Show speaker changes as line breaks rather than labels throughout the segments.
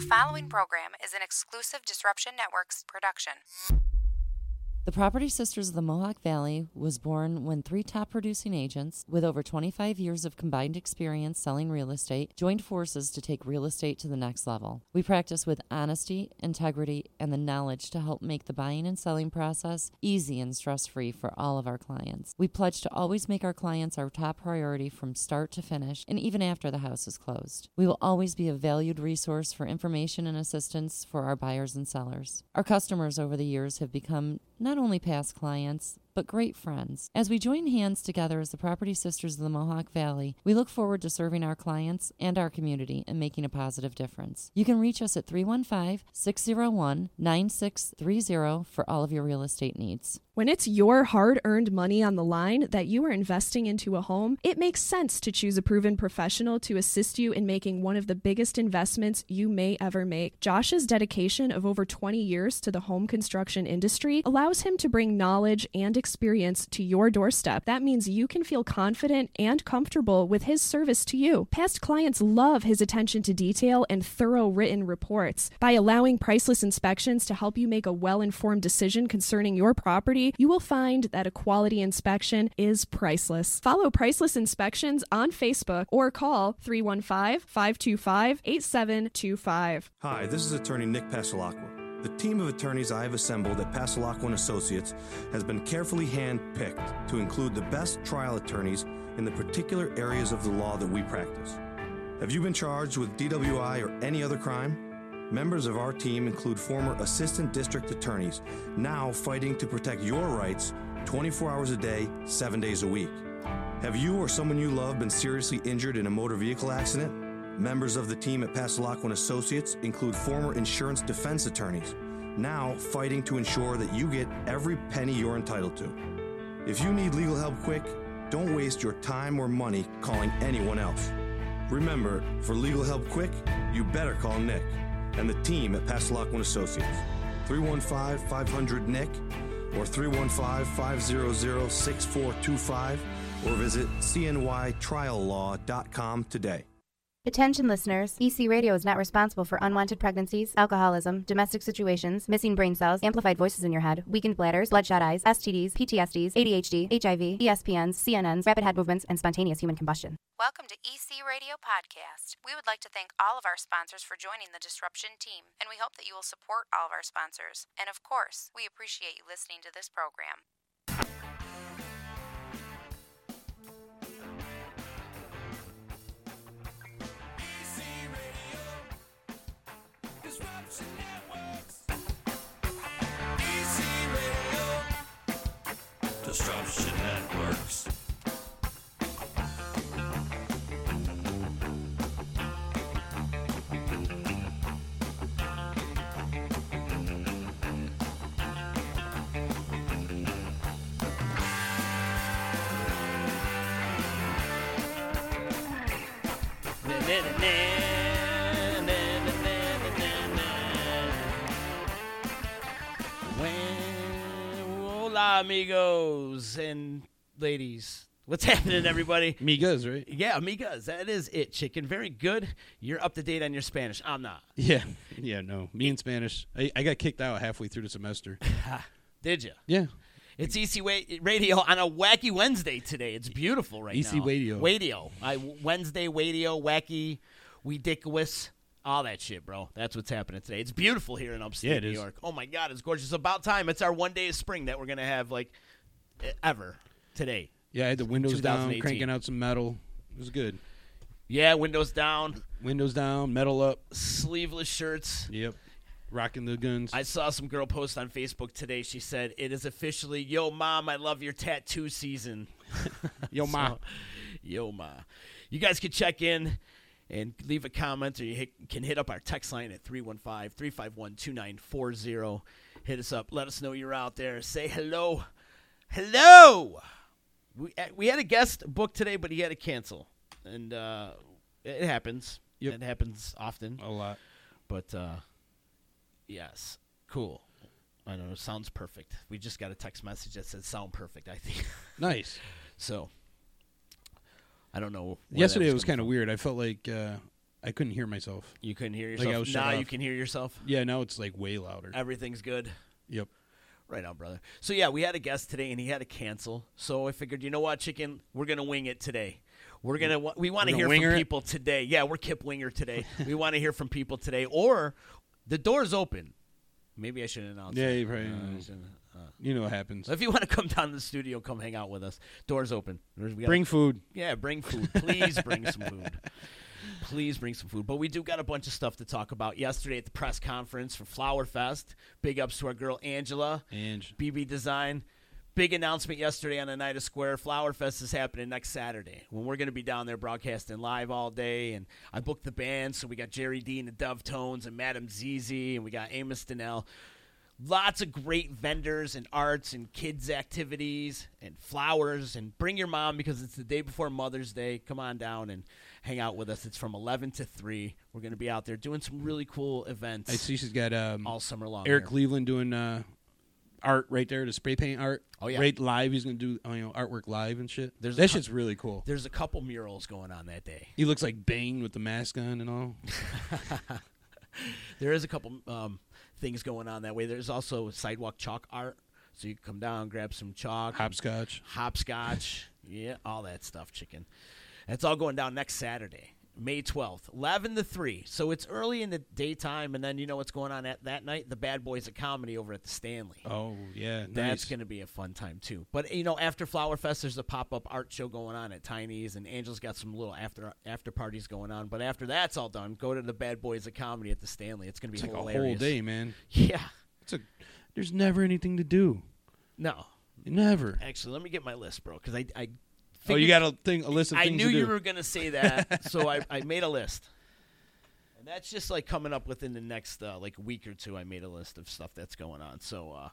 following program is an exclusive Disruption Networks production.
The Property Sisters of the Mohawk Valley was born when three top producing agents with over 25 years of combined experience selling real estate joined forces to take real estate to the next level. We practice with honesty, integrity, and the knowledge to help make the buying and selling process easy and stress free for all of our clients. We pledge to always make our clients our top priority from start to finish and even after the house is closed. We will always be a valued resource for information and assistance for our buyers and sellers. Our customers over the years have become not only past clients, but great friends. As we join hands together as the Property Sisters of the Mohawk Valley, we look forward to serving our clients and our community and making a positive difference. You can reach us at 315 601 9630 for all of your real estate needs.
When it's your hard earned money on the line that you are investing into a home, it makes sense to choose a proven professional to assist you in making one of the biggest investments you may ever make. Josh's dedication of over 20 years to the home construction industry allows him to bring knowledge and experience to your doorstep. That means you can feel confident and comfortable with his service to you. Past clients love his attention to detail and thorough written reports. By allowing priceless inspections to help you make a well informed decision concerning your property, you will find that a quality inspection is priceless. Follow Priceless Inspections on Facebook or call 315 525 8725.
Hi, this is attorney Nick Pasalacqua. The team of attorneys I have assembled at Pasalacqua Associates has been carefully handpicked to include the best trial attorneys in the particular areas of the law that we practice. Have you been charged with DWI or any other crime? Members of our team include former assistant district attorneys, now fighting to protect your rights 24 hours a day, 7 days a week. Have you or someone you love been seriously injured in a motor vehicle accident? Members of the team at Passalacqua Associates include former insurance defense attorneys, now fighting to ensure that you get every penny you're entitled to. If you need legal help quick, don't waste your time or money calling anyone else. Remember, for legal help quick, you better call Nick and the team at Passalacqua Associates. 315 500 Nick or 315 500 6425 or visit cnytriallaw.com today.
Attention listeners, EC Radio is not responsible for unwanted pregnancies, alcoholism, domestic situations, missing brain cells, amplified voices in your head, weakened bladders, bloodshot eyes, STDs, PTSDs, ADHD, HIV, ESPNs, CNNs, rapid head movements, and spontaneous human combustion.
Welcome to EC Radio Podcast. We would like to thank all of our sponsors for joining the Disruption team, and we hope that you will support all of our sponsors. And of course, we appreciate you listening to this program.
Disruption Networks. Na, na, na, na, na, na, na, na, na. When- Hola, amigos and ladies. What's happening, everybody?
Migos, right?
Yeah, amigas, that is it, chicken. Very good. You're up to date on your Spanish. Ah, I'm not.
Yeah. Yeah, no. Me in Spanish. I, I got kicked out halfway through the semester.
Did you?
Yeah.
It's EC Wa- Radio on a wacky Wednesday today. It's beautiful right
EC
now.
Radio.
Radio. I, Wednesday Radio, wacky, ridiculous, all that shit, bro. That's what's happening today. It's beautiful here in upstate
Yeah, it
New
is.
York. Oh my God, it's gorgeous. It's about time. It's our one day of spring that we're going to have, like, e- ever today.
Yeah, I had the windows down,
2018.
cranking out some metal. It was good.
Yeah, windows down,
Windows down, metal up.
sleeveless shirts.
Yep. Rocking the guns.
I saw some girl post on Facebook today. She said, It is officially, yo, mom, I love your tattoo season.
Yo, ma.
Yo, ma. You guys can check in and leave a comment, or you hit, can hit up our text line at 315 351 2940. Hit us up. Let us know you're out there. Say hello. Hello. We, eh, we had a guest booked today, but he had to cancel. And uh, it happens.
Yep.
It happens often.
A lot.
But uh, yes, cool. I don't know. Sounds perfect. We just got a text message that said "sound perfect." I think
Nice.
so. I don't know. where that
Yesterday it was
coming
kind of weird. I felt like uh, I couldn't hear myself.
You couldn't hear
Like,
yourself.
I was shut
now you
off.
can hear yourself.
Yeah, now it's like way louder.
Everything's good.
yep.
Right on, brother. So yeah, we had a guest today, and he had to cancel. So I figured, you know what, chicken, we're gonna wing it today. We're gonna wa- we want to
gonna
hear
winger
from
it?
people today. Yeah, we're Kip Winger today. we want to hear from people today, or the door's open. Maybe I should announce.
Yeah,
it.
you probably-
Uh, I shouldn't. Uh,
You know what happens.
if you want to come down to the studio, come hang out with us. Doors open. There's- we got a-
Bring food.
yeah, bring food. Please bring some food. Please bring some food. But we do got a bunch of stuff to talk about. Yesterday at the press conference for Flower Fest, big ups to our girl Angela,
Ange.
BB Design. Big announcement yesterday on Oneida Square. Flower Fest is happening next Saturday when we're going to be down there broadcasting live all day. And I booked the band, so we got Jerry D and the Dovetones and Madam Zizi, and we got Amos Donnell lots of great vendors and arts and kids activities and flowers and bring your mom because it's the day before mother's day come on down and hang out with us it's from 11 to 3 we're going to be out there doing some really cool events
I see she's got um,
all summer long
Eric
here.
Cleveland doing uh, art right there, the spray paint art.
Oh, yeah.
Right live. He's going to do uh, you know, artwork live and shit.
There's a
that
cou-
shit's really cool.
there's a couple murals going on that day
He looks like Bane with the mask on and all.
there is a couple um, things going on that way there's also sidewalk chalk art so you can come down grab some chalk
Hopscotch.
hopscotch, yeah, all that stuff, chicken. It's all going down next Saturday, May 12th, 11 to 3. So it's early in the daytime, and then you know what's going on at that night? The Bad Boys of Comedy over at the Stanley.
Oh, yeah.
That's
nice.
going to be a fun time, too. But, you know, after Flower Fest, there's a pop up art show going on at Tiny's, and Angel's got some little after after parties going on. But after that's all done, go to the Bad Boys of Comedy at the Stanley. It's going to be
It's like
hilarious.
a whole day, man.
Yeah.
It's a, there's never anything to do.
No.
Never.
Actually, let me get my list, bro, because I. I
Oh, you
figured-
got a thing, a list of
I
things
knew
to do.
you were going to say that, so I, I made a list. And that's just like coming up within the next uh, like week or two. I made a list of stuff that's going on. So uh,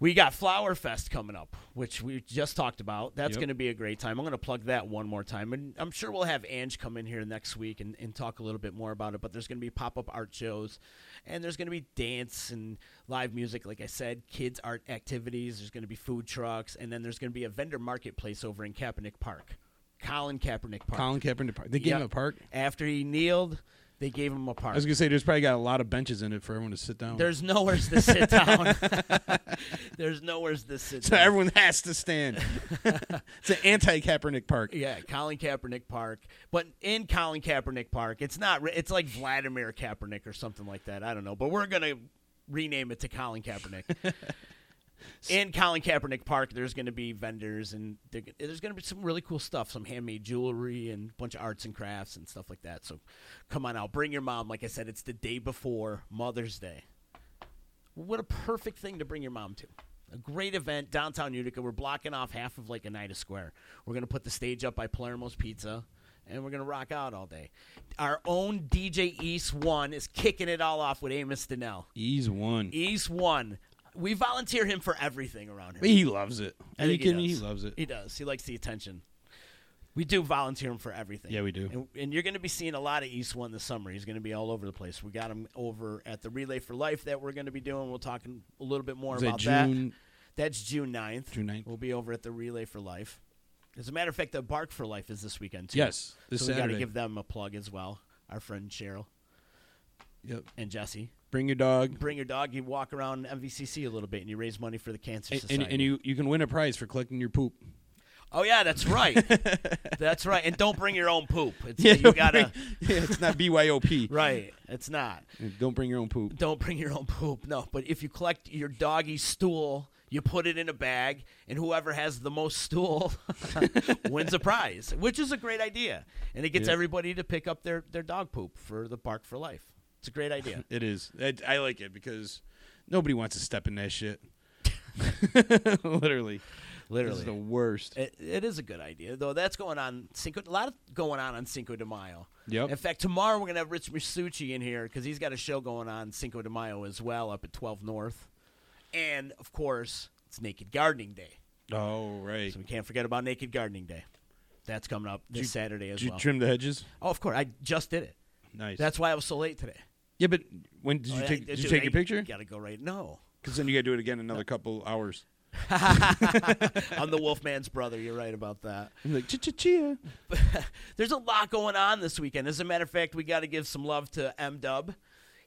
we got Flower Fest coming up, which we just talked about. That's
Yep.
going to be a great time. I'm going to plug that one more time, and I'm sure we'll have Ange come in here next week and, and talk a little bit more about it. But there's going to be pop up art shows, and there's going to be dance and live music. Like I said, kids art activities. There's going to be food trucks, and then there's going to be a vendor marketplace over in Kaepernick Park, Colin Kaepernick Park.
Colin Kaepernick Park. They gave him
Yep.
a park.
After he kneeled, they gave him a park.
I was gonna say there's probably got a lot of benches in it for everyone to sit down.
There's nowhere to sit down. There's nowhere to sit
so
down.
everyone has to stand. it's an anti-Kaepernick park.
yeah, Colin Kaepernick Park, but in Colin Kaepernick Park, it's not. re- It's like Vladimir Kaepernick or something like that. I don't know, but we're gonna rename it to Colin Kaepernick. in Colin Kaepernick Park, there's gonna be vendors and there- there's gonna be some really cool stuff, some handmade jewelry and a bunch of arts and crafts and stuff like that. So, come on out, bring your mom. Like I said, it's the day before Mother's Day. What a perfect thing to bring your mom to. A great event downtown Utica. We're blocking off half of like Oneida Square. We're gonna put the stage up by Palermo's Pizza, and we're gonna rock out all day. Our own DJ East One is kicking it all off with Amos Donnell.
He's one.
East One, we volunteer him for everything around here.
he loves it.
I
Are
think
you
he
kidding me? He
does.
loves it.
He does. He likes the attention. We do volunteer him for everything.
Yeah, we do.
And, and you're going to be seeing a lot of East One this summer. He's going to be all over the place. We got him over at the Relay for Life that we're going to be doing. We'll talk in- a little bit more
Is that
about
June-
That's June 9th.
June 9th.
We'll be over at the Relay for Life. As a matter of fact, the Bark for Life is this weekend too.
Yes, this
so we got to
Saturday.
give them a plug as well. Our friend Cheryl
Yep.
and Jesse.
Bring your dog.
Bring your dog. You walk around MVCC a little bit, and you raise money for the cancer
And, and,
society.
and you you can win a prize for collecting your poop.
Oh yeah, that's right. that's right. And don't bring your own poop. It's,
Yeah,
you
don't
gotta
bring- yeah, it's not BYOP.
right. It's not.
Don't bring your own poop.
Don't bring your own poop. No, but if you collect your doggy stool, you put it in a bag, and whoever has the most stool wins a prize, which is a great idea. And it gets everybody to pick up their their dog poop for the Bark for Life. It's a great idea.
It is. I, I like it because nobody wants to step in that shit. Literally. This
Literally.
is the worst.
It, it is a good idea, though. That's going on Cinco. A lot of going on on Cinco de Mayo.
Yep.
In fact, tomorrow we're gonna have Rich Masucci in here because he's got a show going on Cinco de Mayo as well up at 12 North, and of course it's Naked Gardening Day,
Oh right.
so we can't forget about Naked Gardening Day. That's coming up this Saturday as
Did you
well.
trim the hedges?
oh, of course. I just did it.
Nice.
That's why I was so late today.
yeah, but when did you
Oh, I-
take? Did you
dude,
take
I
your picture?
Gotta go right. No.
Because then you got to do it again another couple hours.
I'm the Wolfman's brother. You're right about that.
I'm like, "Ch-ch-chia."
There's a lot going on this weekend. As a matter of fact, we got to give some love to M Dub.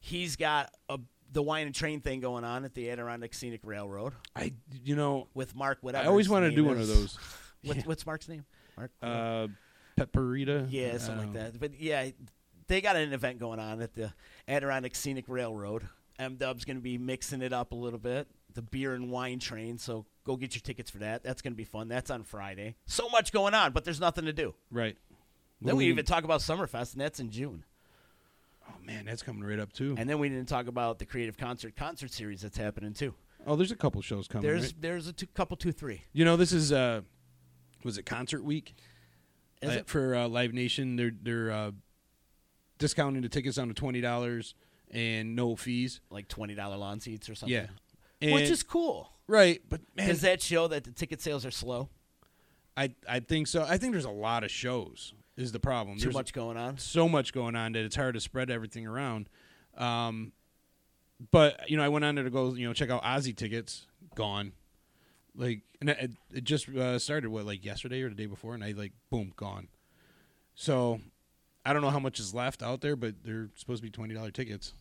He's got a, the wine and train thing going on at the Adirondack Scenic Railroad
I, you know,
with Mark. Whatever.
I always
his
wanted to
name
do one of
is.
those.
What, What's Mark's name? Mark.
Uh, Pepperita.
yeah,
um,
something like that. But yeah, they got an event going on at the Adirondack Scenic Railroad. M Dub's going to be mixing it up a little bit. The beer and wine train. So go get your tickets for that. That's going to be fun. That's on Friday. So much going on, but there's nothing to do.
Right.
Then we even talk about Summerfest, and that's in June.
Oh man, that's coming right up too.
And then we didn't talk about the Creative Concert concert series that's happening too.
oh, there's a couple shows coming.
There's
right?
there's a two, couple two three.
You know, this is uh, was it concert week?
Is
Li-
it?
for uh, Live Nation? They're they're uh, discounting the tickets down to twenty dollars and no fees.
Like twenty dollar lawn seats or something.
Yeah,
which
And-
is cool.
right. But man,
Does that show that the ticket sales are slow?
I I think so. I think there's a lot of shows. Is the problem?
Too
there's
much going on.
so much going on that it's hard to spread everything around. Um, but you know, I went on there to go, you know, check out Ozzy tickets. Gone. Like, and it, it just uh, started what like yesterday or the day before, and I like boom gone. So, I don't know how much is left out there, but they're supposed to be twenty dollar tickets.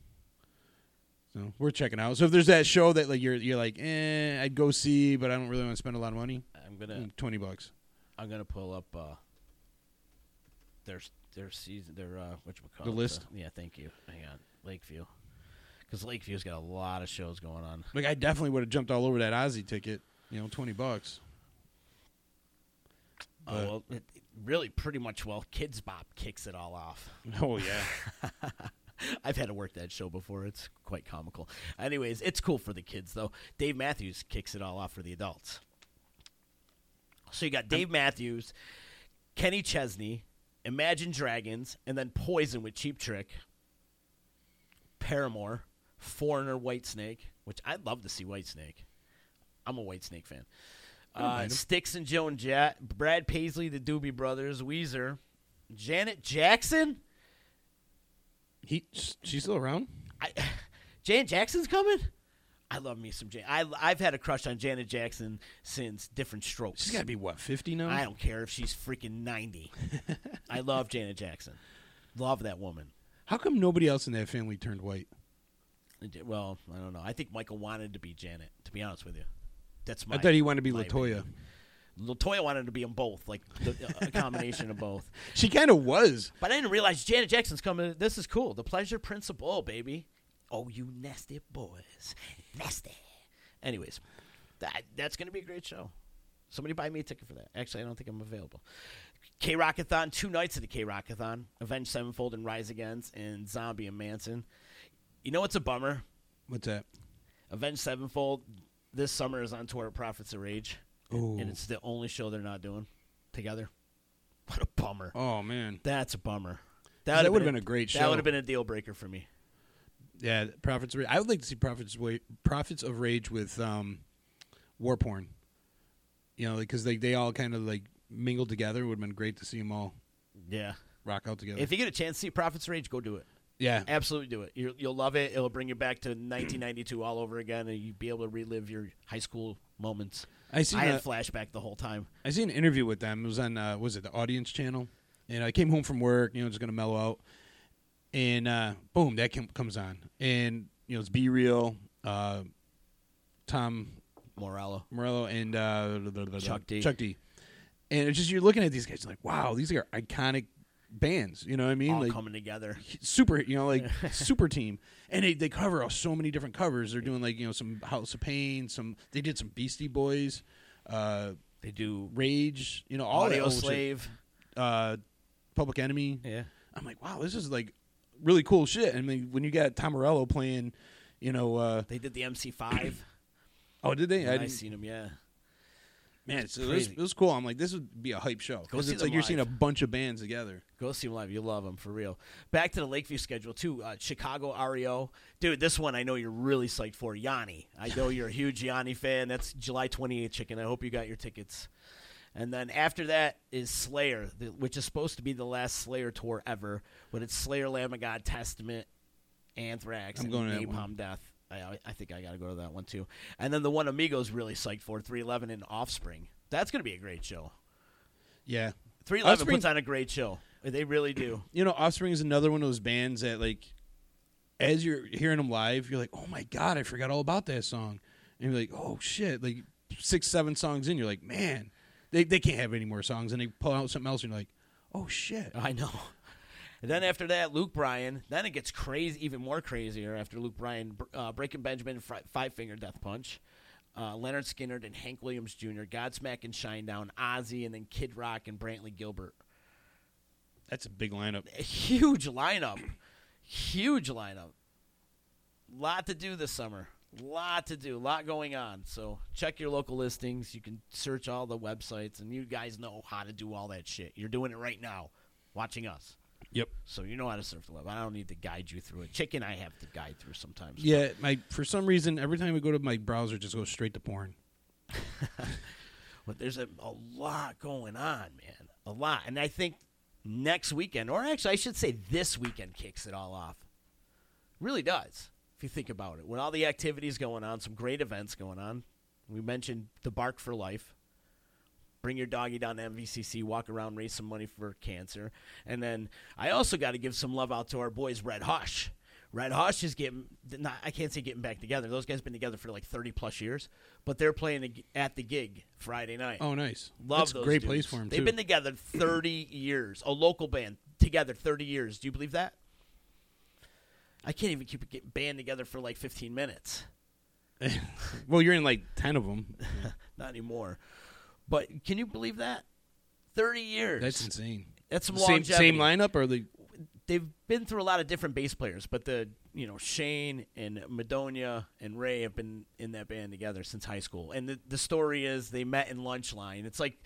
So we're checking out. So if there's that show that like you're you're like, eh, I'd go see, but I don't really want to spend a lot of money.
I'm gonna
Twenty bucks.
I'm gonna pull up uh, their their season their uh, which
The list?
yeah, thank you. Hang on, Lakeview, because Lakeview's got a lot of shows going on.
Like I definitely would have jumped all over that Ozzy ticket. You know, twenty bucks.
Oh well, it, it really pretty much well, Kids Bop kicks it all off.
Oh yeah.
I've had to work that show before. It's quite comical. Anyways, it's cool for the kids though. Dave Matthews kicks it all off for the adults. So you got Dave Matthews, Kenny Chesney, Imagine Dragons, and then Poison with Cheap Trick, Paramore, Foreigner, Whitesnake, which I'd love to see Whitesnake. I'm a Whitesnake fan. Uh, Sticks and Joan Jett, Brad Paisley, the Doobie Brothers, Weezer, Janet Jackson.
He she's still around.
I, Janet Jackson's coming. I love me some Janet. I, I've had a crush on Janet Jackson since different strokes.
She's got to be what fifty now.
I don't care if she's freaking ninety. I love Janet Jackson. Love that woman.
How come nobody else in that family turned white?
Well, I don't know. I think Michael wanted to be Janet. To be honest with you, that's my.
I thought he wanted to be
my
Latoya.
opinion. Latoya wanted to be them both, like the, a combination of both.
She kind of was.
But I didn't realize Janet Jackson's coming. This is cool. The Pleasure Principle, baby. Oh, you nasty boys. Nasty. Anyways, that that's going to be a great show. Somebody buy me a ticket for that. Actually, I don't think I'm available. K Rockathon, two nights at the K Rockathon. Avenged Sevenfold and Rise Against and Zombie and Manson. You know what's a bummer?
What's that?
Avenged Sevenfold this summer is on tour at Prophets of Rage.
Ooh.
And it's the only show they're not doing together. What a bummer.
Oh man.
That's a bummer.
That
would've
would've been a great
That
show.
would have been a deal breaker for me.
Yeah, prophets. Of Rage. I would like to see prophets. Wa- Prophets of Rage with um, war porn. You know, because they they all kind of like mingled together. It would have been great to see them all
Yeah.
rock out together.
If you get a chance to see Prophets of Rage, go do it.
yeah,
Absolutely do it. you you'll love it. It'll bring you back to 1992 all over again, and you'll be able to relive your high school moments.
I seen
I had
a-
flashback the whole time.
I see an interview with them. It was on uh, was it the Audience Channel? And I came home from work, you know, just gonna mellow out, and uh, boom, that came, comes on, and you know, it's Be Real, uh, Tom
Morello.
Morello, and uh, blah, blah, blah,
Chuck D.
Chuck D. And it's just you're looking at these guys like, wow, these are iconic bands. You know what I mean?
All
like
coming together.
super, you know, like super team, and they they cover so many different covers. They're doing like you know some House of Pain, some they did some Beastie Boys. Uh,
They do
Rage, you know, all that
Audio
old shit.
Slave.
uh, Public Enemy.
Yeah.
I'm like, wow, this is like really cool shit. I mean, when you got Tom Morello playing, you know, uh,
They did the MC5.
oh, did they?
I, I
didn't-
seen them, yeah.
man,
it's
so it was,
crazy.
it was cool. I'm like, this would be a hype show
Go
because
see
it's
them
like you're seeing a
live.
bunch of bands together.
Go see them live. You love them for real. Back to the Lakeview schedule too. Uh, Chicago REO, dude. This one I know you're really psyched for. Yanni, I know you're a huge Yanni fan. That's July 28th, chicken. I hope you got your tickets. And then after that is Slayer, the, which is supposed to be the last Slayer tour ever, but it's Slayer, Lamb of God, Testament, Anthrax,
I'm
and
going to that
Napalm
one.
Death. I, I think I got to go to that one too. And then the one Amigos really psyched for 311 and Offspring. That's going to be a great show.
Yeah.
311
Offspring-
puts on a great show. They really do.
you know, Offspring is another one of those bands that like, as you're hearing them live, you're like, oh my god, I forgot all about that song, and you're like, oh shit, like six, seven songs in, you're like, man, they they can't have any more songs, and they pull out something else, and you're like, oh shit,
I know. And then after that, Luke Bryan. Then it gets crazy, even more crazier after Luke Bryan br- uh, breaking Benjamin fri- five finger death punch. Uh, Leonard Skinner and Hank Williams Jr., Godsmack and Shinedown, Ozzy, and then Kid Rock and Brantley Gilbert.
that's a big lineup.
A huge lineup, huge lineup. Lot to do this summer. Lot to do. Lot going on. So check your local listings. You can search all the websites, and you guys know how to do all that shit. You're doing it right now, watching us.
Yep.
So you know how to surf the web. I don't need to guide you through it. Chicken, I have to guide through sometimes.
Yeah, my for some reason every time we go to my browser, it just goes straight to porn.
But there's a, a lot going on, man. A lot. And I think next weekend, or actually, I should say this weekend, kicks it all off. Really does, if you think about it. With all the activities going on, some great events going on. We mentioned the Bark for Life. Bring your doggy down to MVCC, walk around, raise some money for cancer. And then I also got to give some love out to our boys, Red Hush. Red Hush is getting, not, I can't say getting back together. Those guys been together for like 30 plus years, but they're playing a g- at the gig Friday night.
Oh, nice.
Love
that's a
those
great
dudes.
place for him
They've
too.
been together 30 years. A local band together 30 years. Do you believe that? I can't even keep a g- band together for like 15 minutes.
well, you're in like ten of them.
Not anymore. But can you believe that? 30 years.
That's insane.
That's some
same same
longevity.
lineup or the
They've been through a lot of different bass players, but the you know Shane and Madonia and Ray have been in that band together since high school. And the, the story is they met in lunch line. It's like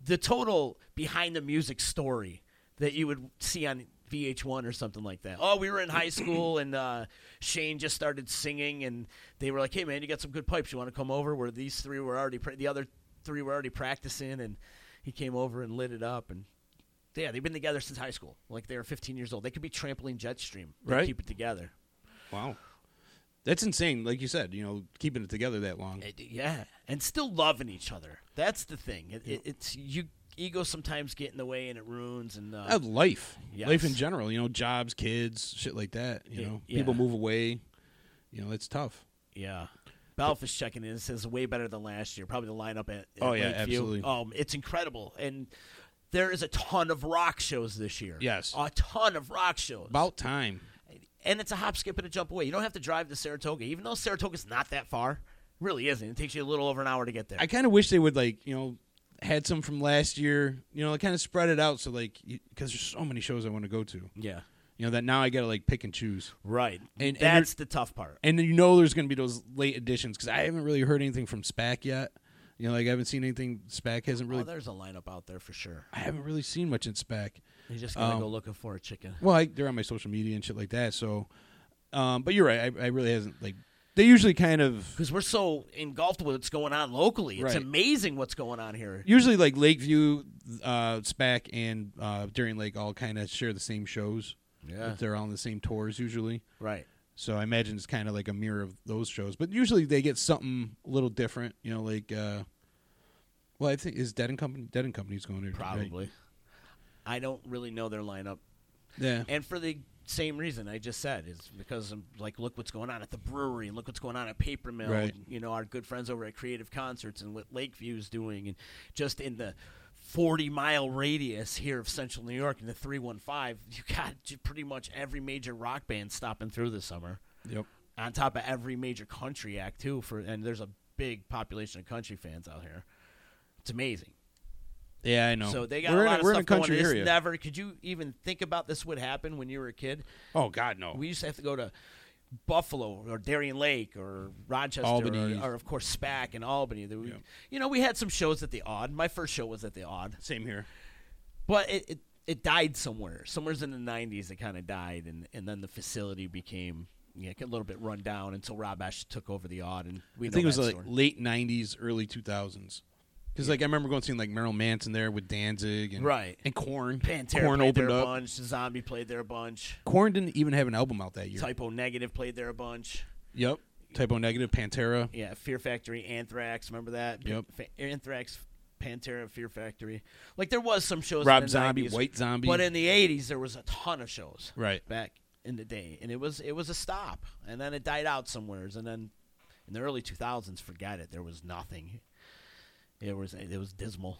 the total behind the music story that you would see on VH1 or something like that. Oh, we were in high school and uh, Shane just started singing, and they were like, "Hey man, you got some good pipes. You want to come over?" Where these three were already pra- the other three were already practicing, and he came over and lit it up and. Yeah, they've been together since high school. Like they were 15 years old. They could be trampoline jet stream. They
Right.
Keep it together.
wow. That's insane. Like you said, you know, keeping it together that long.
It- yeah, and still loving each other. That's the thing. It, it, it's you ego sometimes get in the way and it ruins and uh,
Uh, life,
Yes.
life in general. You know, jobs, kids, shit like that. You
Yeah,
know,
yeah.
people move away. You know, it's tough.
yeah. Balf is checking in. Says way better than last year. Probably the lineup at, at
Oh, yeah,
Lakeview.
absolutely.
Um, it's incredible, and there is a ton of rock shows this year.
Yes.
a ton of rock shows.
About time.
and it's a hop, skip, and a jump away. You don't have to drive to Saratoga, even though Saratoga's not that far. It Really isn't. It takes you a little over an hour to get there.
I kind of wish they would like you know had some from last year. You know, kind of spread it out so like because there's so many shows I want to go to.
yeah.
You know that now I got to like pick and choose.
Right.
And- and
that's the tough part.
And then you know there's going to be those late additions because I haven't really heard anything from SPAC yet. You know, like I haven't seen anything. SPAC hasn't
oh,
really.
there's a lineup out there for sure.
I haven't really seen much in SPAC.
You just gotta go looking for a chicken.
Well, I, they're on my social media and shit like that. So, um, but you're right. I, I really hasn't like. They usually kind of
Because we're so engulfed with what's going on locally. It's
Right.
amazing what's going on here.
usually like Lakeview, uh, SPAC, and uh, Darien Lake all kind of share the same shows.
Yeah.
they're all on the same tours usually.
Right.
So I imagine it's kind of like a mirror of those shows. But usually they get something a little different. You know, like. Uh, well, I think is Dead and Company. Dead and Company's going there. right?
Probably. I don't really know their lineup.
Yeah.
And for the same reason I just said is because I'm like, look what's going on at the brewery and look what's going on at Paper Mill.
Right.
and, you know, our good friends over at Creative Concerts and what Lakeview's doing and just in the 40 mile radius here of central New York in the 315, you got j- pretty much every major rock band stopping through this summer.
Yep.
on top of every major country act too for and there's a big population of country fans out here it's amazing
Yeah, I know.
so they got
we're
a
in
lot
a,
of
we're
stuff
in a country
going on. This
area.
never could you even think about this would happen when you were a kid
oh God, no.
we used to have to go to Buffalo or Darien Lake or Rochester
Albany.
Or, or of course SPAC and Albany That we-
Yeah.
you know we had some shows at the odd my first show was at the odd
Same here.
but it, it, it died somewhere. Somewhere's in the '90s, it kind of died, and, and then the facility became yeah, a little bit run down until Rob Ash took over the odd, and we
I
know
think it was
that
like
story.
late '90s, early 2000s. Because like I remember going seeing like Marilyn Manson there with Danzig and
Right.
and Corn.
Pantera
Corn
played
opened
there a
up.
bunch, Zombie played there a bunch,
Corn didn't even have an album out that year.
Typo Negative played there a bunch.
Yep. Typo negative, Pantera.
Yeah, Fear Factory, Anthrax. Remember that?
Yep.
Fa- Anthrax, Pantera, Fear Factory. Like there was some shows.
Rob
in the
Zombie,
90s,
White Zombie.
But in the '80s, there was a ton of shows.
Right.
Back in the day, and it was it was a stop, and then it died out somewheres, and then in the early 2000s, forget it. There was nothing. It was it was dismal.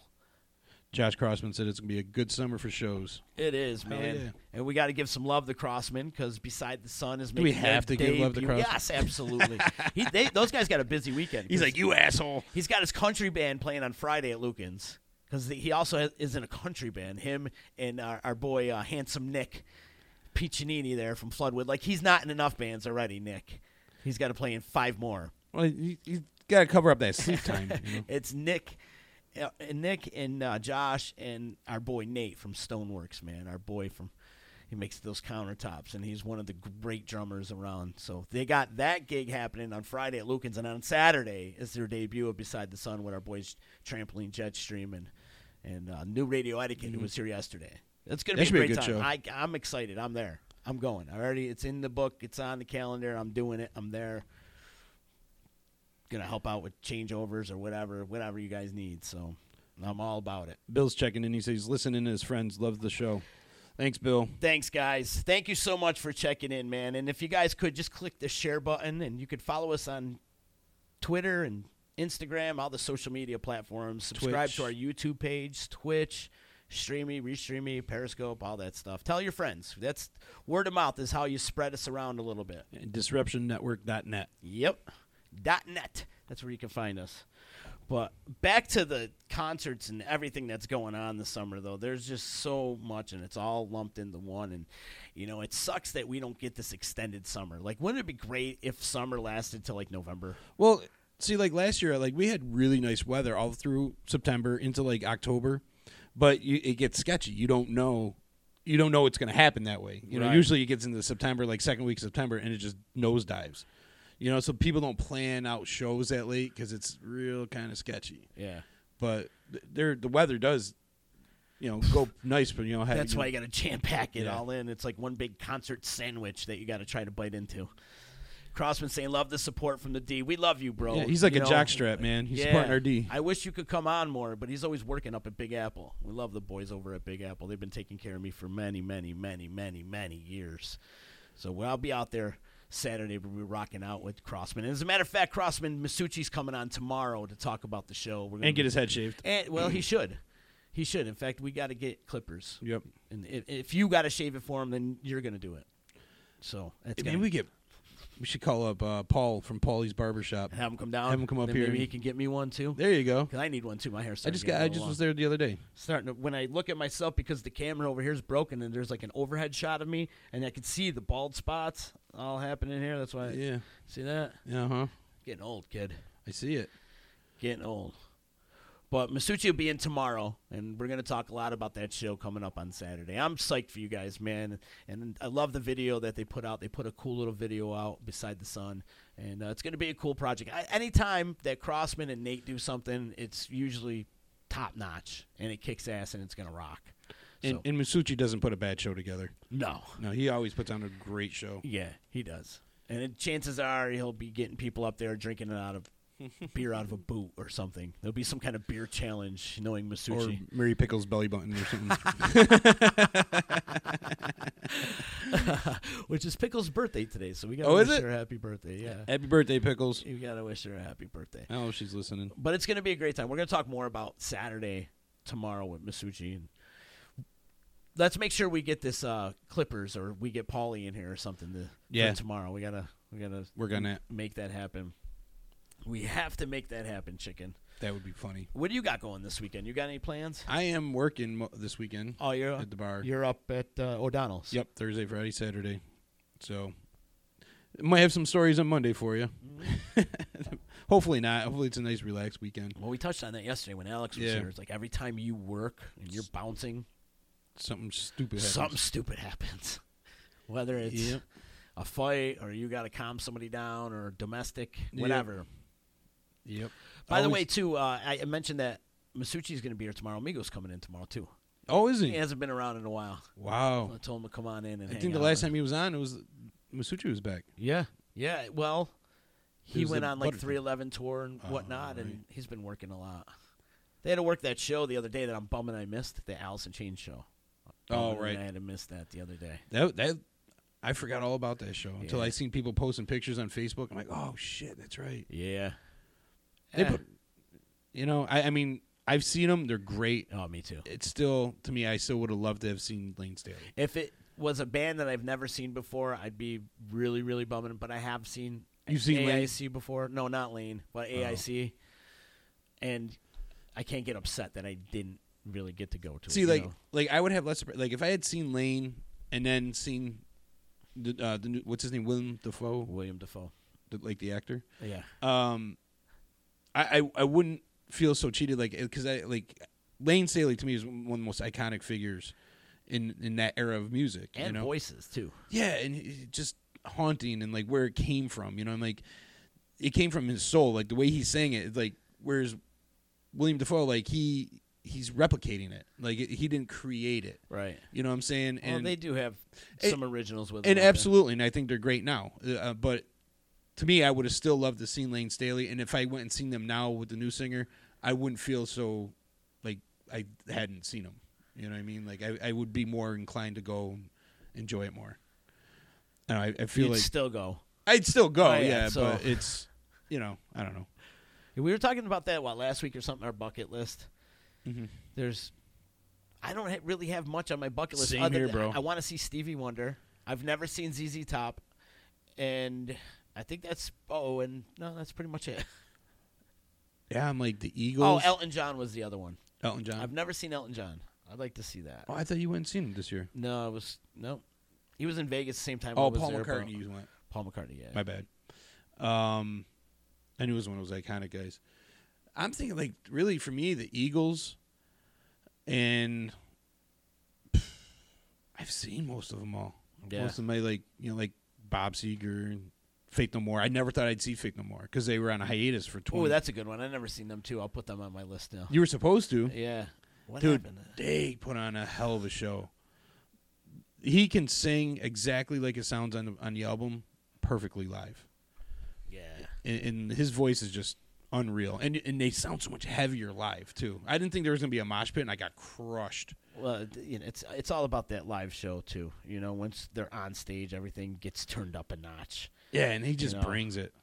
Josh Crossman said it's gonna be a good summer for shows.
It is,
Hell
man.
yeah.
And we got to give some love to Crossman because Beside the Sun is making
Do we have
their
to give love to
debut.
Crossman?
Yes, absolutely. he, they, those guys got a busy weekend. 'cause
you asshole.
he's got his country band playing on Friday at Lucan's because he also has, is in a country band. Him and our, our boy uh, Handsome Nick Piccinini there from Floodwood. Like he's not in enough bands already, Nick. He's got to play in five more.
Well, you, you gotta cover up that sleep time. You know?
It's Nick, uh, and Nick and uh, Josh and our boy Nate from Stoneworks, man. Our boy from he makes those countertops, and he's one of the great drummers around. So they got that gig happening on Friday at Lucan's, and on Saturday is their debut of Beside the Sun with our boys Trampoline Jetstream and and uh, New Radio Etiquette who was here yesterday. It's gonna
That
be
should
a
be a
great time.
good show.
I, I'm excited. I'm there. I'm going. I already. It's in the book. It's on the calendar. I'm doing it. I'm there gonna help out with changeovers or whatever, whatever you guys need. So I'm all about it.
Bill's checking in. He says he's listening to his friends. Loves the show. Thanks, Bill.
Thanks, guys. Thank you so much for checking in, man. And if you guys could just click the share button, and you could follow us on Twitter and Instagram, all the social media platforms. Subscribe
Twitch.
to our YouTube page, Twitch, Streamy, Restreamy, Periscope, all that stuff. Tell your friends. That's word of mouth is how you spread us around a little bit.
DisruptionNetwork.net.
Yep. Dot net. That's where you can find us. But back to the concerts and everything that's going on this summer, though. There's just so much, and it's all lumped into one. And you know, it sucks that we don't get this extended summer. Like, wouldn't it be great if summer lasted till like November?
Well, see, like last year, like we had really nice weather all through September into like October, but you, it gets sketchy. You don't know, you don't know what's going to happen that way. You know,
Right.
usually it gets into September, like second week of September, and it just nosedives. You know, so people don't plan out shows that late because it's real kind of sketchy.
Yeah.
But th- there, the weather does, you know, go nice, but you know, have,
That's
you
why
know-
you got to jam pack it
Yeah.
all in. It's like one big concert sandwich that you got to try to bite into. Crossman saying, "Love the support from the D. We love you, bro."
Yeah, he's like
You
a
know?
jockstrap, man. He's supporting our D.
I wish you could come on more, but he's always working up at Big Apple. We love the boys over at Big Apple. They've been taking care of me for many, many, many, many, many years. So well, I'll be out there Saturday. We'll be rocking out with Crossman. And as a matter of fact, Crossman Masucci's coming on tomorrow to talk about the show. We're gonna
and get
be-
his head shaved.
And, well, he should. He should. In fact, we got to get clippers.
Yep.
And if, if you got to shave it for him, then you're gonna do it. So that's
Maybe we get. We should call up uh, Paul from Paulie's Barbershop.
have him come down.
have him come up
then
here
Maybe
and-
he can get me one too.
There you go.
'Cause I need one too. My hair's.
I
starting
just
to get a
got. I
little
just
long.
was there the other day.
starting to, when I look at myself because the camera over here is broken and there's like an overhead shot of me and I can see the bald spots all happening here. That's why.
Yeah.
See that?
Uh huh.
Getting old, kid.
I see it.
Getting old. But Masucci will be in tomorrow, and we're going to talk a lot about that show coming up on Saturday. I'm psyched for you guys, man. And I love the video that they put out. They put a cool little video out beside the sun, and uh, it's going to be a cool project. I, anytime that Crossman and Nate do something, it's usually top notch, and it kicks ass, and it's going to rock.
And,
So-
and Masucci doesn't put a bad show together.
no.
No, he always puts on a great show.
Yeah, he does. And it, chances are he'll be getting people up there drinking it out of beer out of a boot or something. There'll be some kind of beer challenge, knowing
Or
Masucci.
Mary Pickle's belly button or something.
which is Pickle's birthday today, so we gotta
Oh, is
wish
it?
her a happy birthday. Yeah,
Happy birthday, Pickles.
you gotta wish her a happy birthday.
I don't know if Oh, she's listening.
But it's gonna be a great time. We're gonna talk more about Saturday tomorrow with Masucci and. Let's make sure we get this uh, Clippers or we get Paulie in here or something to, for
Yeah.
tomorrow. We gotta we gotta
We're gonna.
make that happen. We have to make that happen, chicken.
That would be funny.
What do you got going this weekend? You got any plans?
I am working mo- this weekend.
Oh, you're
At the bar.
You're up at uh, O'Donnell's.
Yep, Thursday, Friday, Saturday. So, might have some stories on Monday for you. Mm-hmm. Hopefully not. Hopefully it's a nice, relaxed weekend.
Well, we touched on that yesterday when Alex was
Yeah.
here. It's like every time you work and you're bouncing,
Something stupid. happens.
something stupid happens. Whether it's
Yep.
a fight or you got to calm somebody down or domestic,
Yep.
whatever.
Yep.
By the way,
Always-
too, uh, I I mentioned that Masucci's going to be here tomorrow. Migo's coming in tomorrow too.
Oh, is
He
he?
hasn't been around in a while.
Wow.
I told him to come on in and.
I
hang
think the
out.
last time he was on, it was Masucci was back.
Yeah. Yeah. Well, he
was
went
the
on like
Butterfield.
311 tour and
Oh,
whatnot,
right.
and he's been working a lot. They had to work that show the other day that I'm bumming I missed the Allison Chains show.
Oh,
Bumming
right.
I had to miss that the other day.
That that I forgot all about that show until
Yeah.
I seen people posting pictures on Facebook. I'm like, oh shit, that's right.
Yeah.
They
Eh.
put, you know, I, I mean, I've seen them. They're great.
oh, me too.
It's still to me, I still would have loved to have seen Lane Staley.
If it was a band that I've never seen before, I'd be really, really bumming. But I have seen
You've seen Lane? Oh.
AIC before. No, not Lane, but AIC. And I can't get upset that I didn't really get to go to. it,
See,
you
like,
know?
like I would have less. Like if I had seen Lane and then seen the uh, the new, what's his name, William Defoe,
William Defoe. Uh,
the, like the actor.
Yeah.
um, I, I I wouldn't feel so cheated like because I like Lane Staley to me is one of the most iconic figures in in that era of music.
and
you know?
voices too.
yeah, and he- he just haunting and like where it came from. You know, I'm like it came from his soul, like the way he sang it. Like whereas William Defoe, like he he's replicating it, like it, he didn't create it.
Right.
You know what I'm saying?
Well,
and
they do have
It-
some originals with them
and
out there.
absolutely, and I think they're great now. Uh, but to me, I would have still loved to seen Lane Staley, and if I went and seen them now with the new singer, I wouldn't feel so like I hadn't seen them. You know what I mean? Like I, I would be more inclined to go and enjoy it more. And I, I feel
You'd
like
still go.
I'd still go,
Oh, yeah,
yeah,
so-
but it's you know I don't know.
We were talking about that what last week or something. Our bucket list.
Mm-hmm.
There's, I don't ha- really have much on my bucket list.
Same
other
here,
than
bro.
I, want to see Stevie Wonder. I've never seen ZZ Top, and I think that's oh, and no, that's pretty much it.
Yeah, I'm like the
Oh,
Eagles.
Elton John was the other one.
Elton John.
I've never seen Elton John. I'd like to see that.
Uh-huh. oh, I thought you went and seen him this year.
No, it was no. He was in Vegas the same time. I
Oh,
was
Paul
there, but-
McCartney you went.
Paul McCartney. Yeah.
My bad. Um, I knew it was one of those iconic guys. I'm thinking like really for me the Eagles, and I've seen most of them all.
Yeah.
Most of my like you know like Bob Seger and Faith No More. I never thought I'd see Faith No More because they were on a hiatus for twenty.
Oh, that's a good one. I never seen them too. I'll put them on my list now.
you were supposed to,
Yeah. What
dude.
happened?
They put on a hell of a show. He can sing exactly like it sounds on the, on the album, perfectly live.
Yeah.
and, and his voice is just unreal. And and they sound so much heavier live too. I didn't think there was gonna be a mosh pit, and I got crushed.
Well, d- you know, it's it's all about that live show too. You know, once they're on stage, everything gets turned up a notch.
Yeah, and he just
know.
brings it.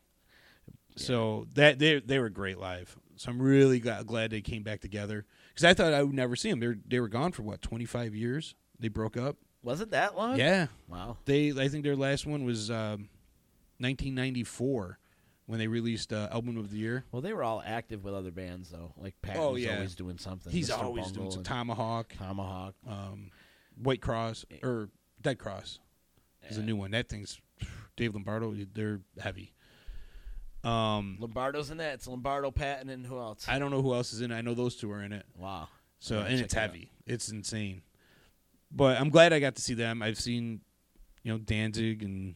So that they they were great live. So I'm really glad, glad they came back together because I thought I would never see them. They were, they were gone for what 25 years. They broke up.
Was it that long?
Yeah,
Wow.
they I think their last one was um, 1994 when they released uh, album of the year.
Well, they were all active with other bands though. Like Patton's
Oh, yeah.
always doing something.
He's
Mr.
always
Bungle
doing some
and
tomahawk.
Tomahawk.
um, White Cross or Dead Cross is a new one. That thing's Dave Lombardo. They're heavy. Um,
Lombardo's in that. It's Lombardo, Patton, and who else?
I don't know who else is in. it. I know those two are in it.
wow.
So
Yeah,
and
check
it's
it out.
heavy. It's insane. But I'm glad I got to see them. I've seen, you know, Danzig and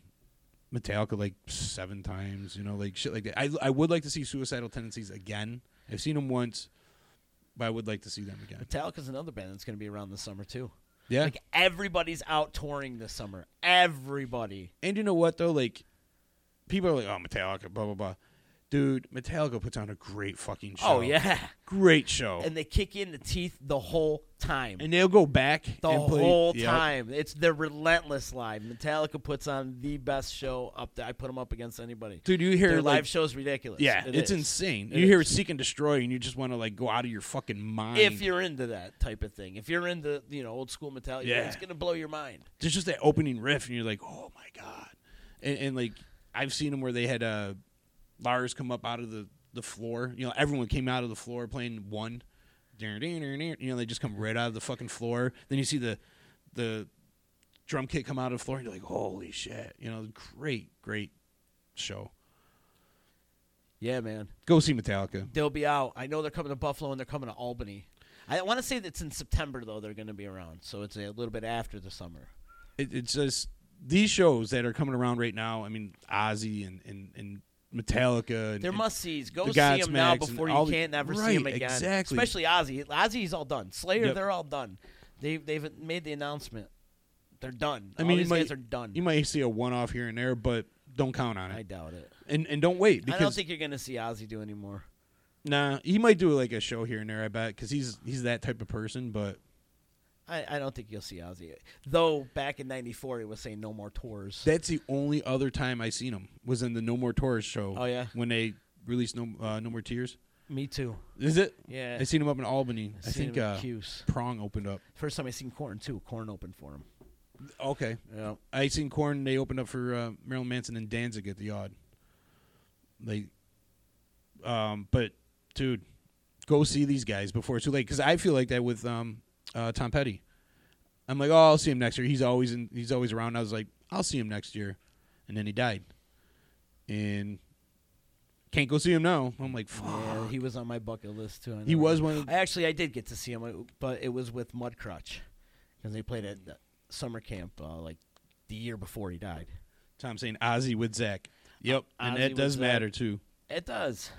Metallica like seven times. You know, like shit like that. I I would like to see Suicidal Tendencies again. I've seen them once, but I would like to see them again.
Metallica's another band that's going to be around this summer too.
Yeah.
Like everybody's out touring this summer. Everybody.
And you know what though? Like people are like, "Oh, Metallica, blah blah blah." Dude, Metallica puts on a great fucking show.
Oh yeah.
great show.
And
And,
they kick in the teeth the whole time.
they'll go back
the
and play,
whole
Yep.
time. It's they're relentless live. Metallica puts on the best show up there. I put them up against anybody.
Dude, you hear
Their
like,
live show's ridiculous.
Yeah,
It
it's
is.
insane.
It
you hear
is.
"Seek and Destroy" and you just want to like go out of your fucking mind.
if you're into that type of thing. If you're into you know old school Metallica,
Yeah.
it's gonna blow your mind.
there's just that opening riff and you're like, "Oh my god!" And, and like I've seen them where they had uh, Lars come up out of the the floor. You know, everyone came out of the floor playing one. You know, they just come right out of the fucking floor. Then you see the the drum kit come out of the floor, and you're like, "Holy shit!" You know, great, great show.
Yeah, man.
Go see Metallica.
They'll be out. I know they're coming to Buffalo and they're coming to Albany. I want to say that's in September though. They're gonna be around, so it's a little bit after the summer.
it, it's just these shows that are coming around right now. I mean, Ozzy and and, and Metallica. And,
They're
and-
must sees. Go
the
see them now
Godsmacks and
before
all
you
the-
can't ever see
Right,
them again.
exactly.
Especially Ozzy. Ozzy's all done. Slayer,
Yep.
they're all done. They've they've made the announcement. They're done.
I
all
mean, you
these
might,
guys are done.
You might see a one off here and there, but don't count on
I
it,
doubt it.
and and don't wait
I don't
because
think you're gonna see Ozzy do anymore.
nah, he might do like a show here and there. I bet because he's he's that type of person. But
I, I don't think you'll see Ozzy. Though back in '94, he was saying no more tours.
that's the only other time I seen him was in the No More Tours show.
Oh, yeah?
when they released No uh, No More Tears.
Me too.
Is it?
Yeah.
I seen him up in Albany. I,
Seen
think
him in
uh,
Cuse.
Prong opened up.
First time I seen Corn too. Corn opened for him.
Okay.
Yeah.
I seen Corn. They opened up for uh, Marilyn Manson and Danzig at the Odd. They, um, but dude, go see these guys before it's too late. Because I feel like that with um, uh, Tom Petty. I'm like, oh, I'll see him next year. He's always in. He's always around. I was like, I'll see him next year, and then he died, and can't go see him now. I'm like, fuck.
Yeah, he was on my bucket list too. I
He
know.
was one of-
I actually I did get to see him, uh, but it was with Mudcrutch because they played at the summer camp uh, like the year before he died.
Tom saying Ozzy with Zach. Yep, and
Ozzy
that
with
does
Zach.
matter too.
It does.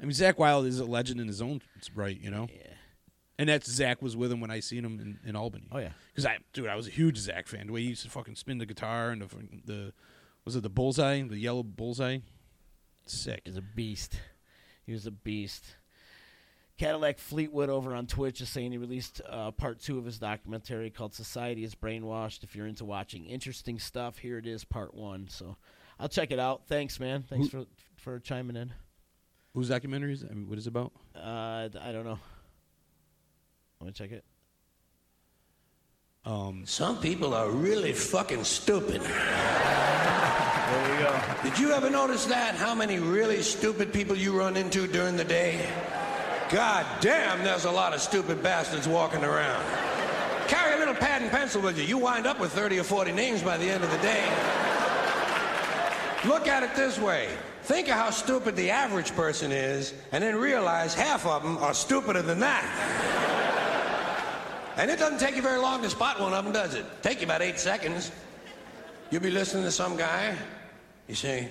I mean, Zach Wild is a legend in his own right, you know.
Yeah.
And that's Zach was with him when I seen him in, in Albany.
Oh, yeah.
because I, dude, I was a huge Zach fan. The way he used to fucking spin the guitar and the fucking- the was it the bullseye, the yellow bullseye, sick.
He's a beast. He was a beast. Cadillac Fleetwood over on Twitch is saying he released uh, part two of his documentary called Society is Brainwashed. If you're into watching interesting stuff, here it is, part one. So I'll check it out. Thanks, man. Thanks for for chiming in.
Whose documentary is? That? I mean, what is it about?
Uh, I don't know. I'm going to check it.
Um,
Some people are really fucking stupid.
There we go.
Did you ever notice that? How many really stupid people you run into during the day? God damn, there's a lot of stupid bastards walking around. Carry a little pad and pencil with you. You wind up with 30 or 40 names by the end of the day. Look at it this way think of how stupid the average person is, and then realize half of them are stupider than that. And it doesn't take you very long to spot one of them, does it? Take you about eight seconds. You'll be listening to some guy. You say,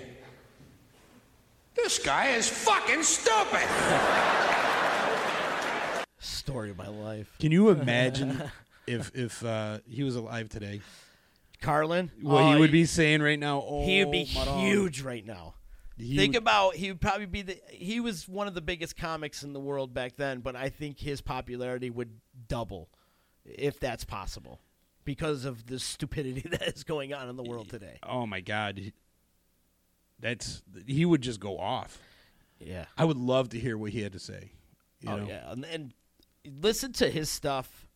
this guy is fucking stupid.
Story of my life.
can you imagine if if uh, he was alive today,
Carlin?
what
Oh,
he would be saying right now? Oh,
He would be
my dog."
huge right now.
He
think
would-
about he would probably be the he was one of the biggest comics in the world back then, but I think his popularity would double if that's possible because of the stupidity that is going on in the world today.
Oh my god, He- that's he would just go off.
Yeah.
I would love to hear what he had to say. You
oh
know?
yeah. And, and listen to his stuff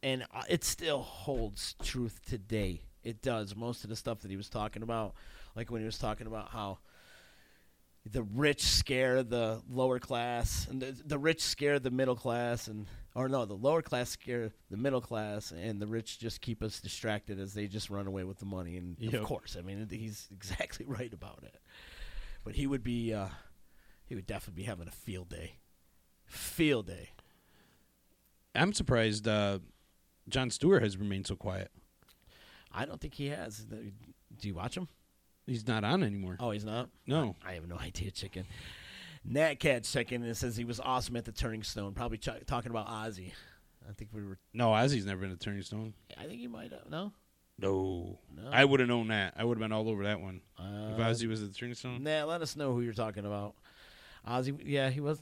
and uh, it still holds truth today. It does. Most of the stuff that he was talking about, like when he was talking about how the rich scare the lower class and the, the rich scare the middle class and or no the lower class scare the middle class and the rich just keep us distracted as they just run away with the money and
Yep.
of course i mean he's exactly right about it but he would be uh he would definitely be having a field day field day
I'm surprised uh, John Stewart has remained so quiet.
i don't think he has do you watch him
He's not on anymore.
oh he's not
No.
I have no idea, chicken. Nat Cat's checking in and says he was awesome at the Turning Stone. Probably ch- talking about Ozzy. I think we were.
No, Ozzy's never been a Turning Stone.
I think he might have. No?
No.
No.
I would have known that. I would have been all over that one.
Uh,
if Ozzy was at the Turning Stone.
Nah, let us know who you're talking about. Ozzy, yeah, he was.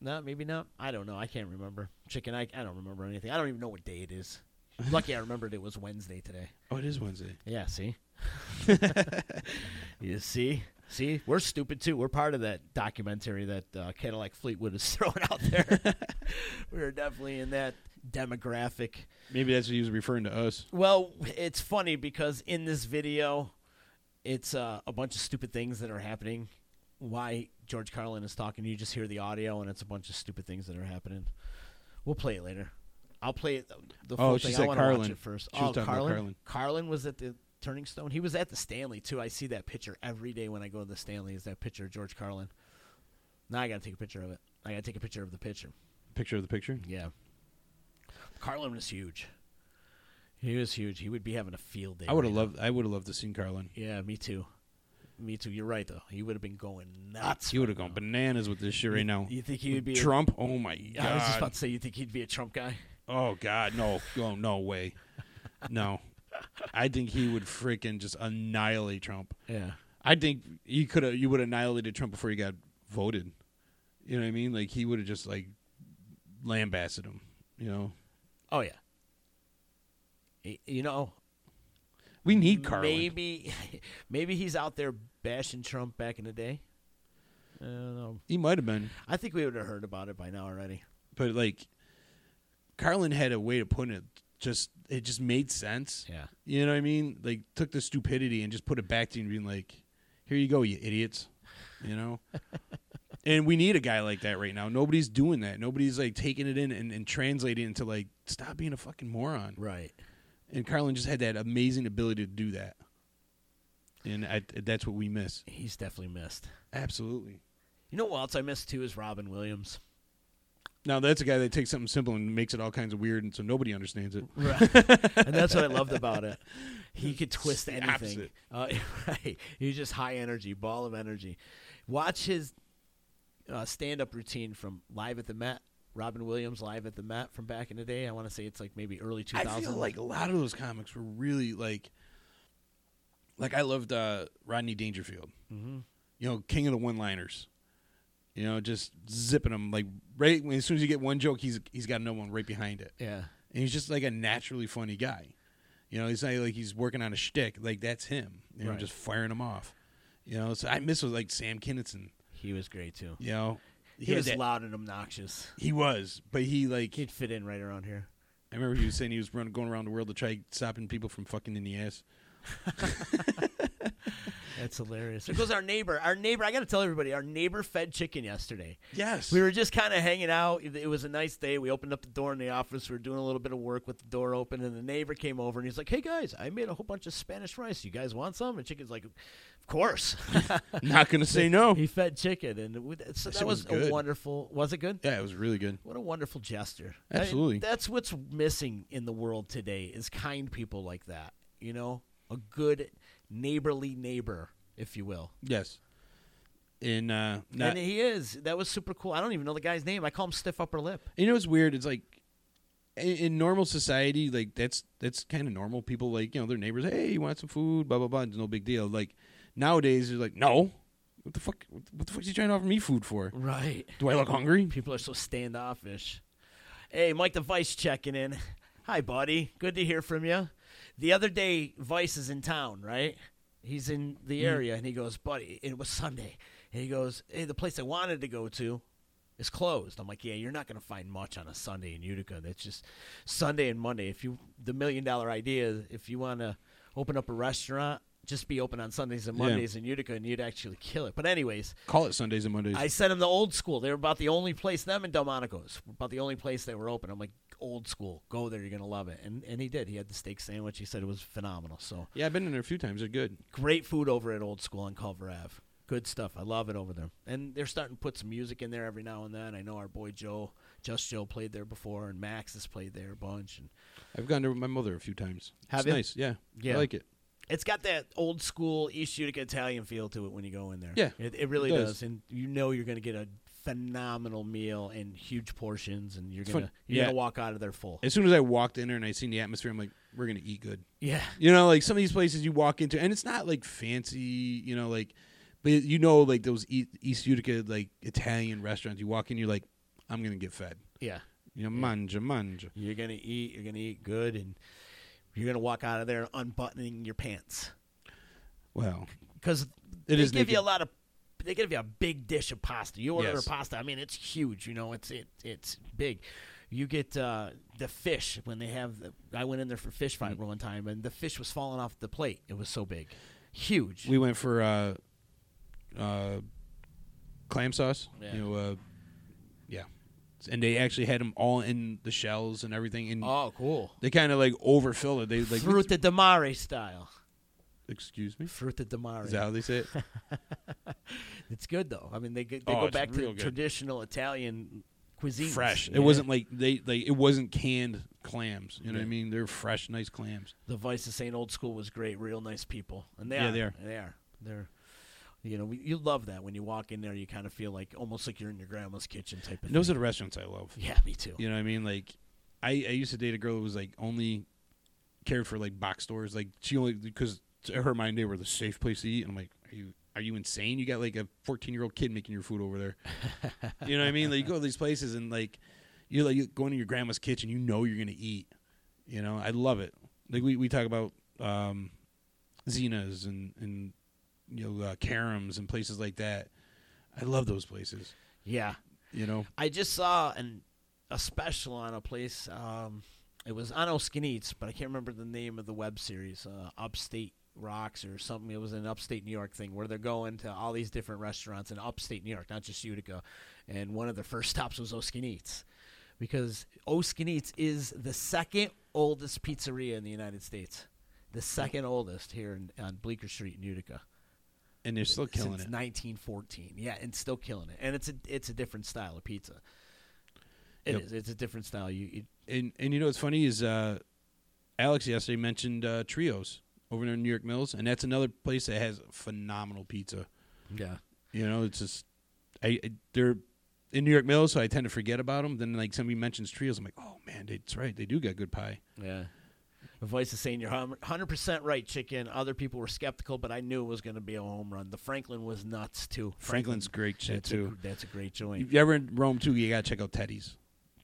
No, maybe not. I don't know. I can't remember. Chicken, I, I don't remember anything. I don't even know what day it is. Lucky I remembered it was Wednesday today.
Oh, it is Wednesday.
Yeah, see? you see? See? We're stupid too. We're part of that documentary that uh, Cadillac Fleetwood is throwing out there. We're definitely in that demographic.
Maybe that's what he was referring to us.
Well, it's funny because in this video, it's uh, a bunch of stupid things that are happening. Why George Carlin is talking, you just hear the audio, and it's a bunch of stupid things that are happening. We'll play it later. I'll play it. uh, The full
Oh, she
thing. I
said
want to watch
Carlin.
it first.
She was
oh,
talking about
Carlin.
Carlin.
was at the Turning Stone. He was at the Stanley too. I see that picture every day when I go to the Stanley. Is that picture of George Carlin? Now I gotta take a picture of it. I gotta take a picture of the picture.
Picture of the picture.
Yeah. Carlin was huge. He was huge. He would be having a field day.
I would have
right
loved. I would have loved to seen Carlin.
now. Yeah, me too. Me too. You're right though. He would have been going nuts.
He would have gone bananas with this shit right now.
you think he would be a-
Trump? oh my
Yeah, I was just about
god!
to say. You think he'd be a Trump guy?
Oh god, no, oh, no way, no. I think he would freaking just annihilate Trump.
Yeah.
I think he could have. You would have annihilated Trump before he got voted. You know what I mean? Like he would have just like lambasted him. You know,
Oh yeah. Y- You know,
we need Carlin.
maybe, maybe he's out there bashing Trump back in the day. I don't know.
He might have been,
I think we would have heard about it by now already.
but like Carlin had a way to put it. Just it just made sense.
Yeah.
You know what I mean? Like took the stupidity and just put it back to you and being like, "Here you go, you idiots." You know. and we need a guy like that right now. Nobody's doing that. Nobody's like taking it in and, and translating it into like, stop being a fucking moron.
Right.
And Carlin just had that amazing ability to do that. And I, that's what we miss.
He's definitely missed.
Absolutely.
You know what else I missed too is Robin Williams.
Now that's a guy that takes something simple and makes it all kinds of weird, and so nobody understands it.
Right. and that's what I loved about it. He could twist
the
anything.
opposite.
Uh, right. He's just high energy, ball of energy. Watch his uh, stand up routine from Live at the Met. Robin Williams live at the Met from back in the day. I want to say it's like maybe early 2000.
I feel like a lot of those comics were really like, like I loved uh, Rodney Dangerfield. Mm-hmm. You know, king of the one-liners. You know, just zipping them like right when, as soon as you get one joke, he's he's got another one right behind it.
yeah,
and he's just like a naturally funny guy. You know, he's not like he's working on a shtick. Like that's him. You know,
Right.
just firing him off. You know, so I miss with like Sam Kinison.
he was great too.
You know,
He,
had
was
that-
loud and obnoxious.
He was, but he like
He'd fit in right around here.
I remember he was saying he was run, going around the world to try stopping people from fucking in the ass.
That's hilarious. There goes our neighbor. Our neighbor. I got to tell everybody. Our neighbor fed chicken yesterday.
Yes,
We were just kind of hanging out. It it was a nice day. We opened up the door in the office. We were doing a little bit of work with the door open, and the neighbor came over and he's like, "Hey guys, I made a whole bunch of Spanish rice. You guys want some?" And chicken's like, "Of course."
not gonna say no.
he fed chicken, and we, so that
shit
was,
was
a
good.
wonderful. Was it good?
Yeah, it was really good.
What a wonderful gesture. I-
Absolutely.
that's what's missing in the world today is kind people like that. You know, a good neighborly neighbor, if you will.
Yes, and uh, not,
and he is. That was super cool. I don't even know the guy's name. I call him Stiff Upper Lip.
you know what's weird? It's like in, in normal society, like that's that's kind of normal. People like you know their neighbors. Hey, you want some food? Blah blah blah. It's no big deal. Like nowadays, they're like, no. What the fuck? What the fuck is he trying to offer me food for?
Right.
Do I look hungry?
People are so standoffish. Hey, Mike the Vice checking in. Hi, buddy. Good to hear from you. The other day, Vice is in town, right? He's in the area, and he goes, buddy, it was Sunday. And he goes, hey, the place I wanted to go to is closed. I'm like, yeah, you're not going to find much on a Sunday in Utica. That's just Sunday and Monday. If you the million dollar idea, is if you want to open up a restaurant, just be open on Sundays and
Yeah.
Mondays in Utica, and you'd actually kill it. But anyways,
Call it Sundays and Mondays.
I sent him the old school. They were about the only place them and Delmonico's were about the only place they were open. I'm like, old school, go there, you're gonna love it. And and he did. He had the steak sandwich. He said it was phenomenal. So
yeah, I've been in there a few times. They're good.
great food over at Old School on Culver Ave. Good stuff. I love it over there. And they're starting to put some music in there every now and then. I know our boy Joe, Just Joe, played there before, and Max has played there a bunch. And
I've gone there with my mother a few times.
Have
it's
you?
nice. Yeah,
Yeah.
I like it.
it's got that old school East Utica Italian feel to it when you go in there.
Yeah,
it, it really
it
does.
does.
and you know you're going to get a phenomenal meal and huge portions, and you're going to
fun.
you're
Yeah.
going to walk out of there full.
As soon as I walked in there and I seen the atmosphere, I'm like, we're gonna eat good.
yeah,
You know, like some of these places you walk into, and it's not like fancy. You know, like, but you know, like those E- East Utica like Italian restaurants. You walk in, you're like, I'm gonna get fed.
yeah.
You know, manja, manja.
You're going to eat. You're going to eat good, and you're going to walk out of there unbuttoning your pants
Well,
because
It
they
is
give you a
naked.
lot of. They give you a big dish of pasta. You order
Yes.
pasta. I mean, it's huge. You know, it's it it's big. You get uh, the fish when they have. The, I went in there for fish fight
Mm.
one time, and the fish was falling off the plate. It was so big, huge.
we went for uh, uh, clam sauce.
Yeah.
You know, uh, yeah, and they actually had them all in the shells and everything, and
oh, cool!
they kind of like overfilled it. They like,
Fruta de mare style.
excuse me.
Fruta de mare.
Is that how they say it?
It's good though. I mean, they go- they
Oh,
go
it's
back to
real good.
traditional Italian cuisine.
fresh. It wasn't like they like it wasn't canned clams. You know what
Yeah.
I mean? They're fresh, nice clams.
the Vice of Saint Old School was great. Real nice people, and they
Yeah,
are.
they are.
They are. They're. You know, we, you love that when you walk in there. You kind of feel like almost like you're in your grandma's kitchen type of
And those are
thing.
the restaurants I love.
yeah, me too.
You know what I mean? Like I, I used to date a girl who was like only cared for like box stores. Like she only because to her mind they were the safe place to eat. And I'm like, are you are you insane? You got like a 14 year old kid making your food over there. you know what I mean? Like you go to these places and like you're like going to your grandma's kitchen. You know you're gonna eat. You know I love it. Like we we talk about um, Zenas and and you know uh, Karams and places like that. I love those places.
Yeah.
You know.
I just saw an a special on a place. Um, it was on Oskin Eats, but I can't remember the name of the web series. Uh, Upstate Rocks or something. It was an Upstate New York thing where they're going to all these different restaurants in Upstate New York, not just Utica. And one of their first stops was Oskin Eats, because Oskin Eats is the second oldest pizzeria in the United States, the second oldest here in, on Bleecker Street in Utica
And they're still killing
since
it.
1914. Yeah, and still killing it. And it's a it's a different style of pizza. It is.
Yep.
It's a different style. You, you
and and you know what's funny is uh, Alex yesterday mentioned uh, Trios over there in New York Mills, and that's another place that has phenomenal pizza.
yeah.
You know, it's just I, I- they're in New York Mills, so I tend to forget about them. Then like somebody mentions Trios, I'm like, oh man, that's right, they do got good pie.
Yeah. The voice is saying you're 100% right, chicken. Other people were skeptical, but I knew it was going to be a home run. The Franklin was nuts, too.
Franklin's great shit
that's
too.
A, that's a great joint.
If you ever in Rome too, you gotta check out Teddy's.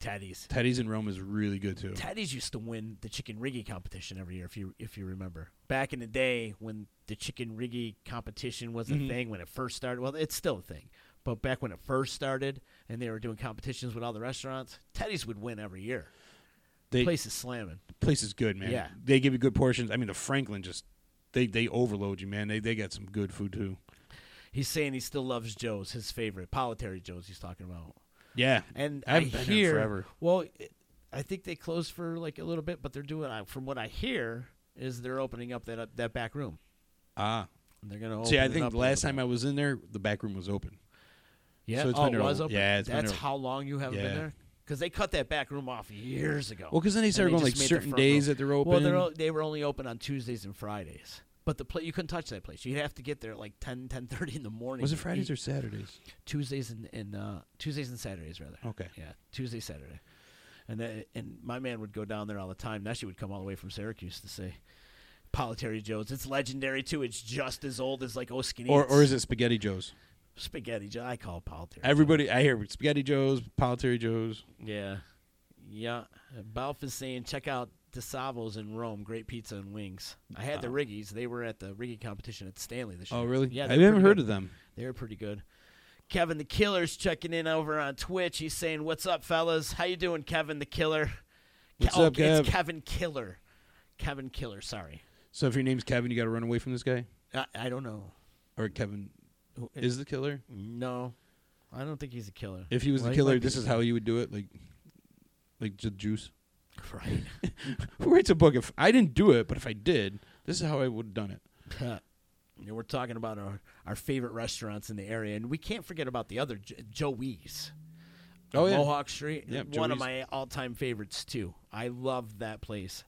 Teddy's.
Teddy's in Rome is really good too.
Teddy's used to win the chicken riggy competition every year, if you if you remember. Back in the day when the chicken riggy competition was
Mm-hmm.
a thing, when it first started, well, it's still a thing. But back when it first started, and they were doing competitions with all the restaurants, Teddy's would win every year.
They,
Place is slamming.
place is good, man.
Yeah.
They give you good portions. I mean, the Franklin just they they overload you, man. They they got some good food too.
He's saying he still loves Joe's, his favorite Politary Joe's. He's talking about.
Yeah,
And
I
I,
haven't been there
hear
forever.
well, it- I think they closed for like a little bit, but they're doing. I- From what I hear, is they're opening up that uh, that back room.
ah.
They're gonna open
See, I
it
think
up
the
a
last
little
time
bit.
I was in there, the back room was open.
yeah,
so it's
oh,
been
it
there a-
was open.
yeah, it's been
that's
there-
how long you haven't
yeah.
been there because they cut that back room off years ago.
Well, 'cause then they
And
started going,
just
like,
made the
certain
front
days
room.
that they're
Well, they're,
open.
o- they were only open on Tuesdays and Fridays. But the pla you couldn't touch that place. You'd have to get there at like 10, 10.30 in the morning.
Was it
to
Fridays
eat.
or Saturdays?
Tuesdays and, and uh, Tuesdays and Saturdays rather.
Okay.
Yeah, Tuesday Saturday, and then and my man would go down there all the time. That she would come all the way from Syracuse to say, "Politary Joe's, it's legendary too. It's just as old as like Oskin
Or or is it Spaghetti Joe's?
Spaghetti Joe? I call it Politary.
Everybody, I hear Spaghetti Joe's, Politary Joe's.
yeah, yeah. Balf is saying check out DeSavo's in Rome. Great pizza and wings. I had the Riggies. They were at the Riggy competition at Stanley this year.
Oh, really?
Yeah,
I
they were
haven't
pretty
heard
good.
of them.
They're pretty good. Kevin the Killer's checking in over on Twitch. He's saying, "What's up, fellas? How you doing, Kevin the Killer?" Ke-
What's
oh,
up, Kev?
It's Kevin Killer. Kevin Killer. Sorry,
So if your name's Kevin, you got to run away from this guy,
I, I don't know.
or Kevin
Who-
is the killer.
No, I don't think he's a killer.
If he was
Well,
the
might
killer,
be
this
the
is how you would do it, like, like ju- juice.
killer. Right.
Who writes a book? If I didn't do it, but if I did, this is how I would have done it.
Huh. You know, we're talking about our, our favorite restaurants in the area, and we can't forget about the other J- Joey's. on
Oh, yeah.
Mohawk Street.
Yep,
one of my
Joey's.
all time favorites too. I love that place.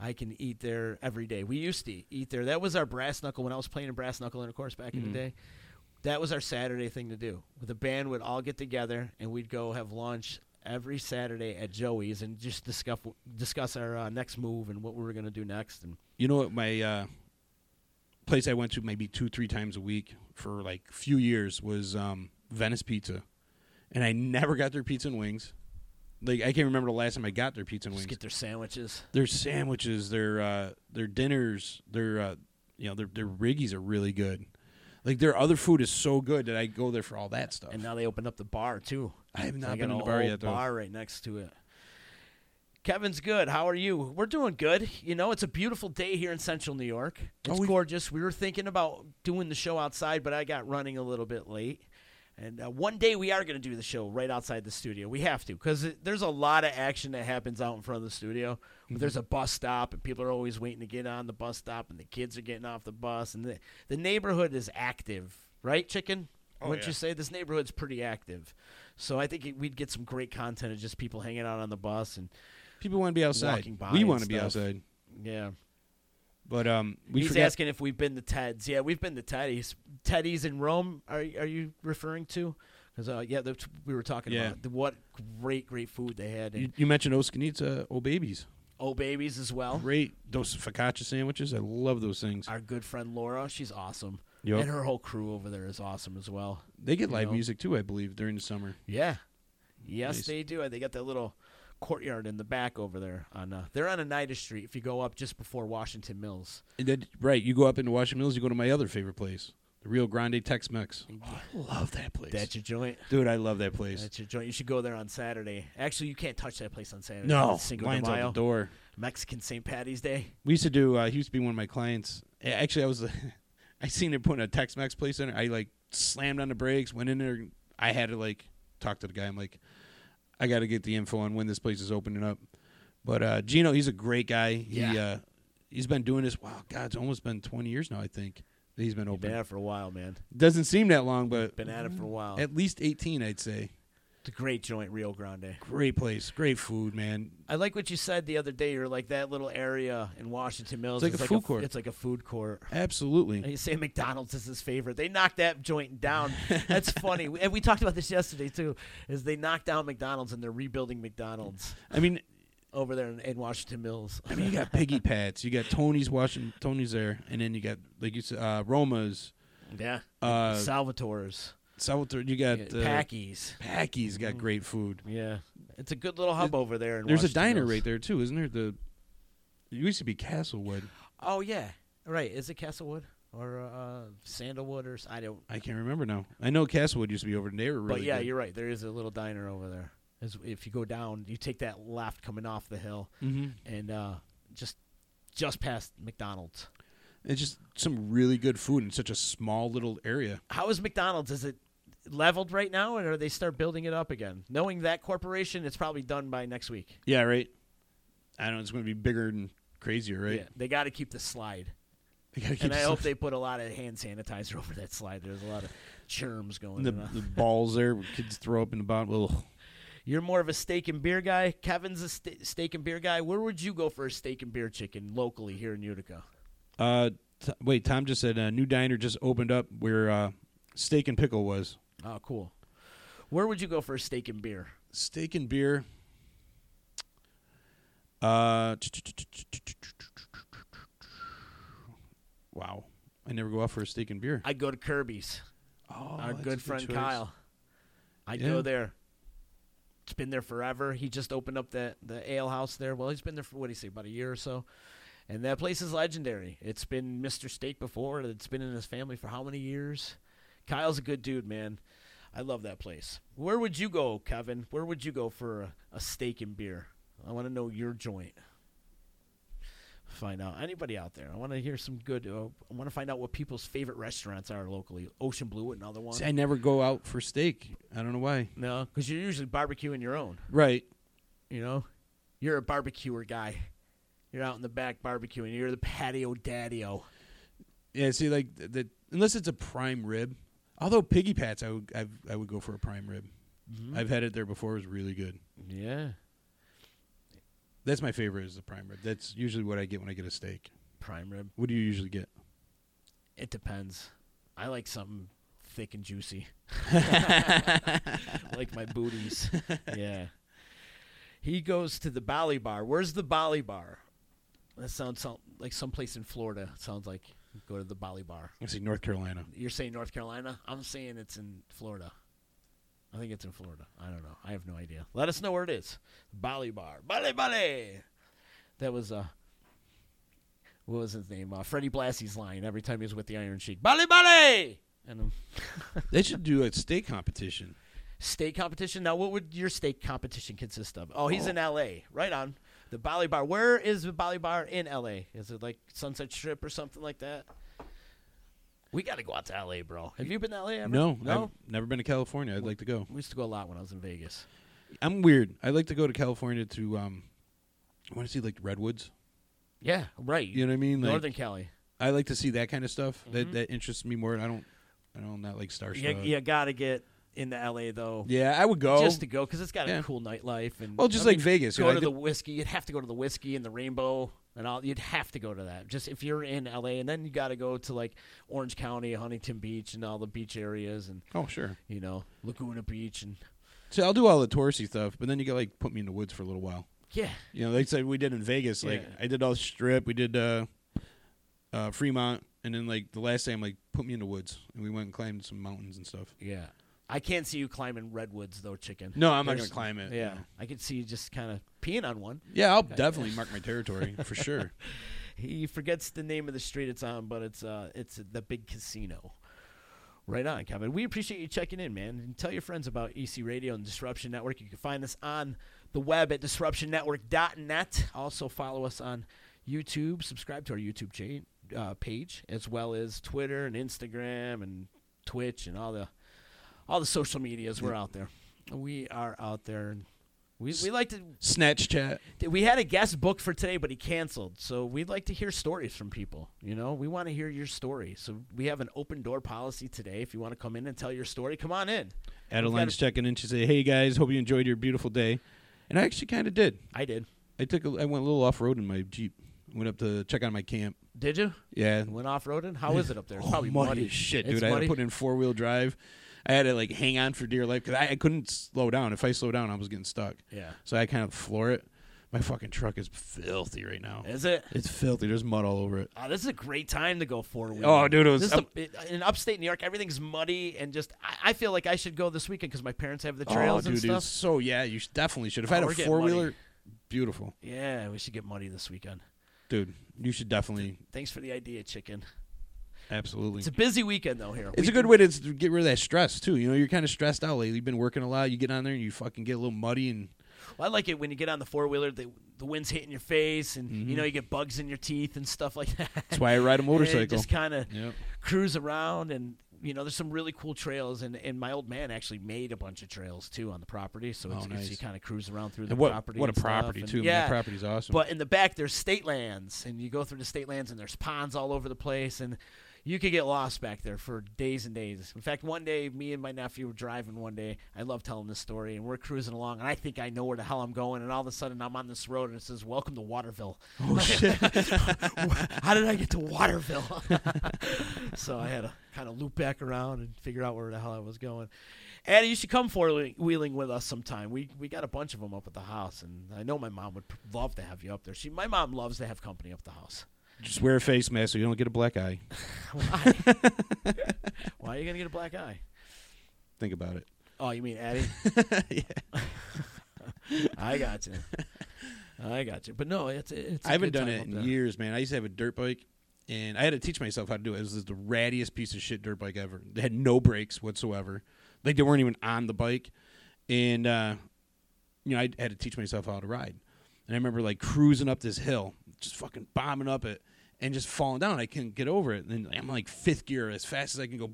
I can eat there every day. We used to eat there. That was our brass knuckle when I was playing in brass knuckle, intercourse back
Mm-hmm.
in the day. That was our Saturday thing to do. The band would all get together and we'd go have lunch every Saturday at Joey's and just discuss discuss our uh, next move and what we were going to do next. And
You know what? My uh, place I went to maybe two, three times a week for like few years was um, Venice Pizza, and I never got their pizza and wings. Like I can't remember the last time I got their pizza and wings.
just get their sandwiches.
their sandwiches, their uh, their dinners, their uh, you know their their riggies are really good. Like their other food is so good that I go there for all that stuff.
And now they opened up the bar too.
I have
They
not
got
been in
a
the bar
whole
yet, though.
Bar right next to it. Kevin's good. How are you? We're doing good. You know, it's a beautiful day here in Central New York. It's
Oh, we-
gorgeous. We were thinking about doing the show outside, but I got running a little bit late. And uh, one day we are going to do the show right outside the studio. We have to because there's a lot of action that happens out in front of the studio.
Mm-hmm.
There's a bus stop, and people are always waiting to get on the bus stop, and the kids are getting off the bus, and the, the neighborhood is active, right, Chicken?
Oh,
Wouldn't you say this neighborhood's pretty active? So I think it, we'd get some great content of just people hanging out on the bus and
People want to be outside.
Walking by
We
and
want to be
stuff.
outside,
yeah.
but um, we
He's
forgot.
asking if we've been to Ted's. Yeah, we've been to Teddy's. Teddy's in Rome. Are are you referring to? Because uh, yeah, that's we were talking
Yeah.
about the, what great great food they had. And,
you, you mentioned Oskanita, oh babies.
Oh Babies as well.
Great those focaccia sandwiches. I love those things.
Our good friend Laura, she's awesome.
Yep.
And her whole crew over there is awesome as well.
They get
you
live
know.
music too, I believe, during the summer.
Yeah. Yes,
Nice.
they do. They got that little courtyard in the back over there on uh, they're on Oneida Street if you go up just before Washington Mills.
And then, right, you go up into Washington Mills. You go to my other favorite place, the Rio Grande Tex-Mex. I love that place,
That's your joint.
dude. I love that place.
That's your joint. You should go there on Saturday. Actually, you can't touch that place on Saturday.
no,
It's Cinco de
lines out
Mayo.
the door.
Mexican St. Patty's Day.
We used to do. Uh, he used to be one of my clients. A- Actually, I was. I seen her putting a Tex-Mex place in. I like slammed on the brakes, went in there. and I had to like talk to the guy. I'm like, I got to get the info on when this place is opening up. But uh, Gino, he's a great guy. He
Yeah.
uh, he's been doing this. Wow, God, it's almost been 20 years now. I think that he's been
You've been
open.
at it for a while, man.
Doesn't seem that long, but
Been at it for a while.
at least 18, I'd say.
It's a great joint, Rio Grande.
Great place, great food, man.
I like what you said the other day. You're like that little area in Washington Mills.
It's like a food
f-
court.
It's like a food court. And
Absolutely.
you say McDonald's is his favorite. They knocked that joint down. That's funny. We- And we talked about this yesterday too. Is they knocked down McDonald's and they're rebuilding McDonald's
I mean,
over there in, in Washington Mills.
I mean, you got Piggy Pats, you got Tony's washing Tony's there, and then you got like you said, uh, Roma's,
yeah.
uh,
Salvatore's,
Salvatore. You got uh,
Packies. Mm-hmm.
Packy's got great food.
Yeah, it's a good little hub over there. In
There's a
Washington
diner
Mills.
right there too, isn't there? The it used to be Castlewood.
Oh yeah, right. Is it Castlewood or uh, Sandalwood or s- I don't.
I can't remember now. I know Castlewood used to be over there. They were really
but yeah,
good.
you're right. There is a little diner over there. As- If you go down, you take that left coming off the hill,
Mhm.
and uh, just just past McDonald's.
It's just some really good food in such a small little area.
How is McDonald's? Is it leveled right now, or are they start building it up again? Knowing that corporation, it's probably done by next week.
Yeah, right. I don't know. It's going to be bigger and crazier, right?
Yeah, they got to keep the slide.
They gotta keep
And I
some-
hope they put a lot of hand sanitizer over that slide. There's a lot of germs going.
the,
around.
the balls there. where Kids throw up in the bottom. Ugh.
You're more of a steak and beer guy. Kevin's a ste steak and beer guy. Where would you go for a steak and beer chicken locally here in Utica?
Uh, t- wait, Tom just said a new diner just opened up where uh, steak and pickle was.
Oh, cool. Where would you go for a steak and beer?
Steak and beer. Uh, wow, I never go out for a steak and beer.
I'd go to Kirby's.
Oh,
Our
that's a
good friend
choice.
Kyle. I'd
Yeah.
go there. It's been there forever. He just opened up that the ale house there. Well, he's been there for what do you say about a year or so. And that place is legendary. It's been Mr. Steak before. and It's been in his family for how many years? Kyle's a good dude, man. I love that place. Where would you go, Kevin? Where would you go for a, a steak and beer? I want to know your joint. Find out anybody out there. I want to hear some good. Uh, I want to find out what people's favorite restaurants are locally. Ocean Blue, another one.
See, I never go out for steak. I don't know why.
No, because you're usually barbecuing your own.
Right.
You know, you're a barbecuer guy. You're out in the back barbecuing. You're the patio daddy-o.
Yeah. See, like the, the unless it's a prime rib. Although piggy pats, I would I've, I would go for a prime rib.
Mm-hmm.
I've had it there before. It was really good.
Yeah,
That's my favorite is the prime rib. That's usually what I get when I get a steak.
prime rib.
What do you usually get?
It depends. I like something thick and juicy, like my booties. Yeah. He goes to the Bali Bar. Where's the Bali Bar? That sounds so- like someplace in Florida. Sounds like go to the Bali Bar.
I say North Carolina.
You're saying North Carolina? I'm saying it's in Florida. I think it's in Florida. I don't know. I have no idea. Let us know where it is. Bali Bar. Bali Bali. That was uh what was his name? Uh, Freddie Blassie's line every time he was with the Iron Sheik. Bali Bali. And um,
They should do a steak competition.
steak competition. Now, what would your steak competition consist of? Oh, he's in L.A. Right on the Bali Bar. Where is the Bali Bar in L.A.? Is it like Sunset Strip or something like that? We got to go out to L.A., bro. Have you been to L.A. ever?
No,
no.
I've never been to California. I'd like to go.
We used to go a lot when I was in Vegas.
I'm weird. I like to go to California to um I want to see like redwoods.
Yeah, right.
You know what I mean? Like,
Northern Mm-hmm. Cali.
I like to see that kind of stuff. That that interests me more. I don't I don't not like Star
You, you gotta get into LA though,
Yeah, I would go.
just to go because it's got
Yeah.
a cool nightlife and
Well, just
I
like
mean,
Vegas, you
Go
know, I
to
did-
the whiskey. You'd have to go to the whiskey and the Rainbow and all. You'd have to go to that just if you're in LA, and then you gotta go to like Orange County, Huntington Beach, and all the beach areas, and
oh, sure.
you know Laguna Beach and
So I'll do all the touristy stuff, but then you got like put me in the woods for a little while.
Yeah.
You know, like I said, we did in Vegas. Like
Yeah.
I did all the strip. We did uh, uh, Fremont, and then like the last day, I'm like, put me in the woods, and we went and climbed some mountains and stuff.
Yeah. I can't see you climbing redwoods though, chicken.
No, I'm not
There's-
gonna climb it,
Yeah.
no.
I could see you just kind of peeing on one.
Yeah, I'll definitely mark my territory for sure.
He forgets the name of the street it's on, but it's uh it's the big casino. Right on, Kevin. We appreciate you checking in, man. And tell your friends about EC Radio and Disruption Network. You can find us on the web at disruptionnetwork.net. Also follow us on YouTube, subscribe to our YouTube cha- uh, page, as well as Twitter and Instagram and Twitch and all the all the social medias. We're out there. We are out there. And we, we like to
Snatch chat.
Th- we had a guest booked for today, but he canceled. So we'd like to hear stories from people. You know, we want to hear your story. So we have an open door policy today. If you want to come in and tell your story, come on in.
Adeline's checking in. She said, "Hey guys, hope you enjoyed your beautiful day," and I actually kind of did.
I did.
I took a, I went a little off road in my jeep. Went up to check on my camp.
Did you?
Yeah,
Went off roading. How is it up there? It's probably
Oh, muddy,
muddy.
as shit,
It's
dude. I had
muddy.
to put in four wheel drive. I had to like hang on for dear life because I, I couldn't slow down. If I slow down, I was getting stuck.
Yeah.
So I kind of floor it. My fucking truck is filthy right now.
Is it?
It's filthy. There's mud all over it.
Oh, this is a great time to go four wheeler.
Oh, dude, it was-
This is the- it- in upstate New York. Everything's muddy and just. I, I feel like I should go this weekend because my parents have the trails
oh, dude,
and stuff.
it's so yeah. You sh- definitely should. If
Oh,
I had
we're
a
getting
four wheeler,
muddy.
beautiful,
Yeah, we should get muddy this weekend.
dude. You should definitely,
Thanks for the idea, chicken.
absolutely.
It's a busy weekend though here.
It's a good way to s- get rid of that stress too. You know, you're kind of stressed out lately. You've been working a lot. You get on there and you fucking get a little muddy and
Well, I like it when you get on the four wheeler, the, the wind's hitting your face, and you know you get bugs in your teeth and stuff like that.
Mm-hmm. that's why I ride a
And
motorcycle.
just kind of
Yep.
cruise around, and you know there's some really cool trails, and, and my old man actually made a bunch of trails too on the property, so it's, it's-
Oh, nice.
you kind of cruise around through the
And what-
property.
what a
and stuff,
property,
and-
too. I mean, that
Yeah,
property's awesome.
But in the back there's state lands, and you go through the state lands, and there's ponds all over the place, and you could get lost back there for days and days. In fact, one day me and my nephew were driving one day. I love telling this story, and we're cruising along, and I think I know where the hell I'm going, and all of a sudden I'm on this road, and it says "Welcome to Waterville." Oh shit! How did I get to Waterville? so I had to kind of loop back around and figure out where the hell I was going. Addie, you should come four wheeling with us sometime. We we got a bunch of them up at the house, and I know my mom would pr- love to have you up there. She, my mom, loves to have company up at the house.
Just wear a face mask so you don't get a black eye.
Why? Why are you gonna get a black eye?
Think about it.
Oh, you mean Addie? I got you. I got you. But no, it's it's. a
I haven't
good
done
time
it
up
in
there.
years, man. I used to have a dirt bike, and I had to teach myself how to do it. It was the rattiest piece of shit dirt bike ever. They had no brakes whatsoever. Like they weren't even on the bike, and uh, you know I had to teach myself how to ride. And I remember like cruising up this hill, just fucking bombing up it, and just falling down. I couldn't get over it. And then I'm like fifth gear as fast as I can go.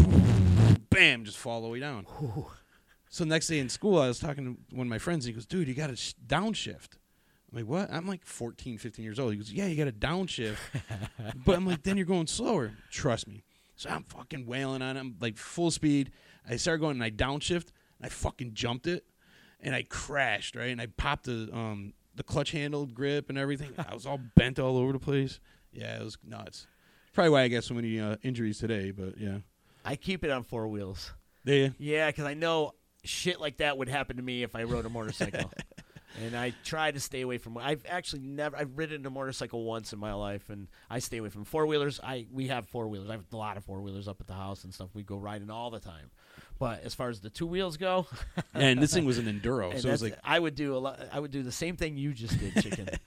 Bam! Just fall all the way down. So next day in school, I was talking to one of my friends. And he goes, "Dude, you got to sh- downshift." I'm like, "What?" I'm like 14, 15 years old. He goes, "Yeah, you got to downshift." but I'm like, "Then you're going slower." Trust me. So I'm fucking wailing on him like full speed. I started going and I downshift and I fucking jumped it and I crashed right and I popped the um the clutch handle grip and everything. I was all bent all over the place. Yeah, it was nuts. Probably why I got so many uh, injuries today. But yeah,
I keep it on four wheels.
they
Yeah, because I know shit like that would happen to me if I rode a motorcycle. and I try to stay away from. I've actually never. I've ridden a motorcycle once in my life, and I stay away from four wheelers. I we have four wheelers. I have a lot of four wheelers up at the house and stuff. We go riding all the time. But as far as the two wheels go,
and this thing was an enduro,
and
Oh, so it was
that's-
like
I would do a lot. I would do the same thing you just did, chicken.
It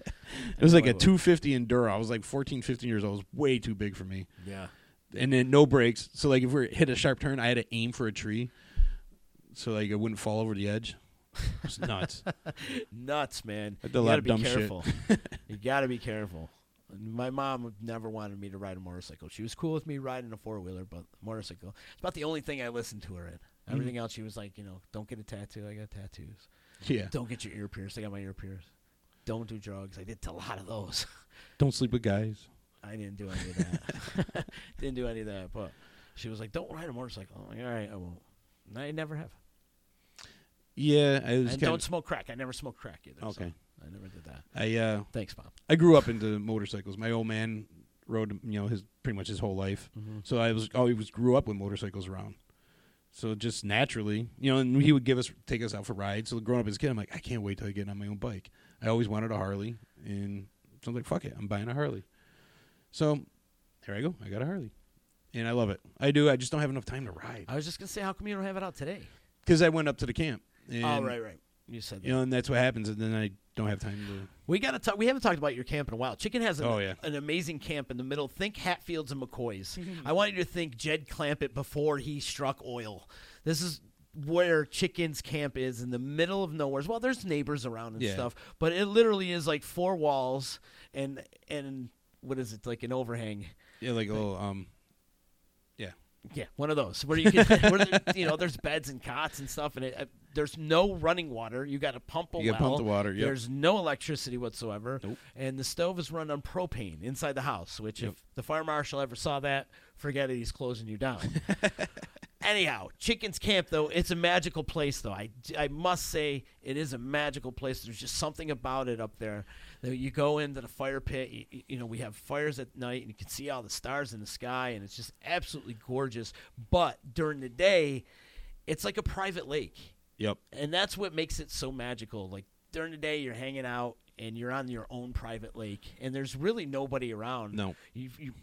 was like
Wait,
a
wait.
250 Enduro. I was like 14, 15 years old. It was way too big for me.
yeah.
And then no brakes. So like if we hit a sharp turn, I had to aim for a tree, so like it wouldn't fall over the edge. It was nuts.
nuts, man.
I did a
you
lot
gotta
of
be
dumb shit.
careful. you gotta be careful. My mom would never wanted me to ride a motorcycle. She was cool with me riding a four wheeler, but motorcycle. It's about the only thing I listened to her in.
Hmm.
Everything else, she was like, you know, don't get a tattoo. I got tattoos.
yeah. Don't,
Don't get your ear pierced. I got my ear pierced. Don't do drugs. I did a lot of those.
sleep with guys.
I didn't do any of that. didn't do any of that. But she was like, don't ride a motorcycle. I'm like, all right, I won't. And I never have.
Yeah, I was
And
kind
don't
of,
smoke crack. I never smoked crack either. so
Okay.
I never did that.
I uh
Thanks, mom.
I grew up into motorcycles. My old man
Mm-hmm.
rode you know his pretty much his whole life. So I was always grew up with motorcycles around. So just naturally, you know, and he would give us take us out for rides. So growing up as a kid, I'm like, I can't wait till I get on my own bike. I always wanted a Harley, and so I'm like, fuck it, I'm buying a Harley. So here I go, I got a Harley, and I love it. I do. I just don't have enough time to ride
I was just gonna say, how come you don't have it out today?
because I went up to the camp. And,
oh, right, right. You said that.
You know, and that's what happens, and then I don't have time to.
We gotta talk. We haven't talked about your camp in a while. Chicken has an,
Oh, yeah.
an amazing camp in the middle. Think Hatfields and McCoys. I want you to think Jed Clampett before he struck oil. This is where Chicken's camp is in the middle of nowhere. Well, there's neighbors around and
Yeah.
stuff, but it literally is like four walls and and what is it like an overhang?
Yeah, like a little um, yeah.
Yeah, one of those where you can, where the- you know, there's beds and cots and stuff, and it, uh, there's no running water. You got to pump a
You gotta
well.
pump the water, yep.
There's no electricity whatsoever,
Nope.
and the stove is run on propane inside the house. Which,
Yep.
if the fire marshal ever saw that, forget it. He's closing you down. Anyhow, Chicken's Camp though it's a magical place though. I, I must say it is a magical place. There's just something about it up there. That you go into the fire pit. You, you- you know we have fires at night and you can see all the stars in the sky and it's just absolutely gorgeous. But during the day, it's like a private lake
Yep.
and that's what makes it so magical. Like during the day, you're hanging out and you're on your own private lake, and there's really nobody around.
No.
you, you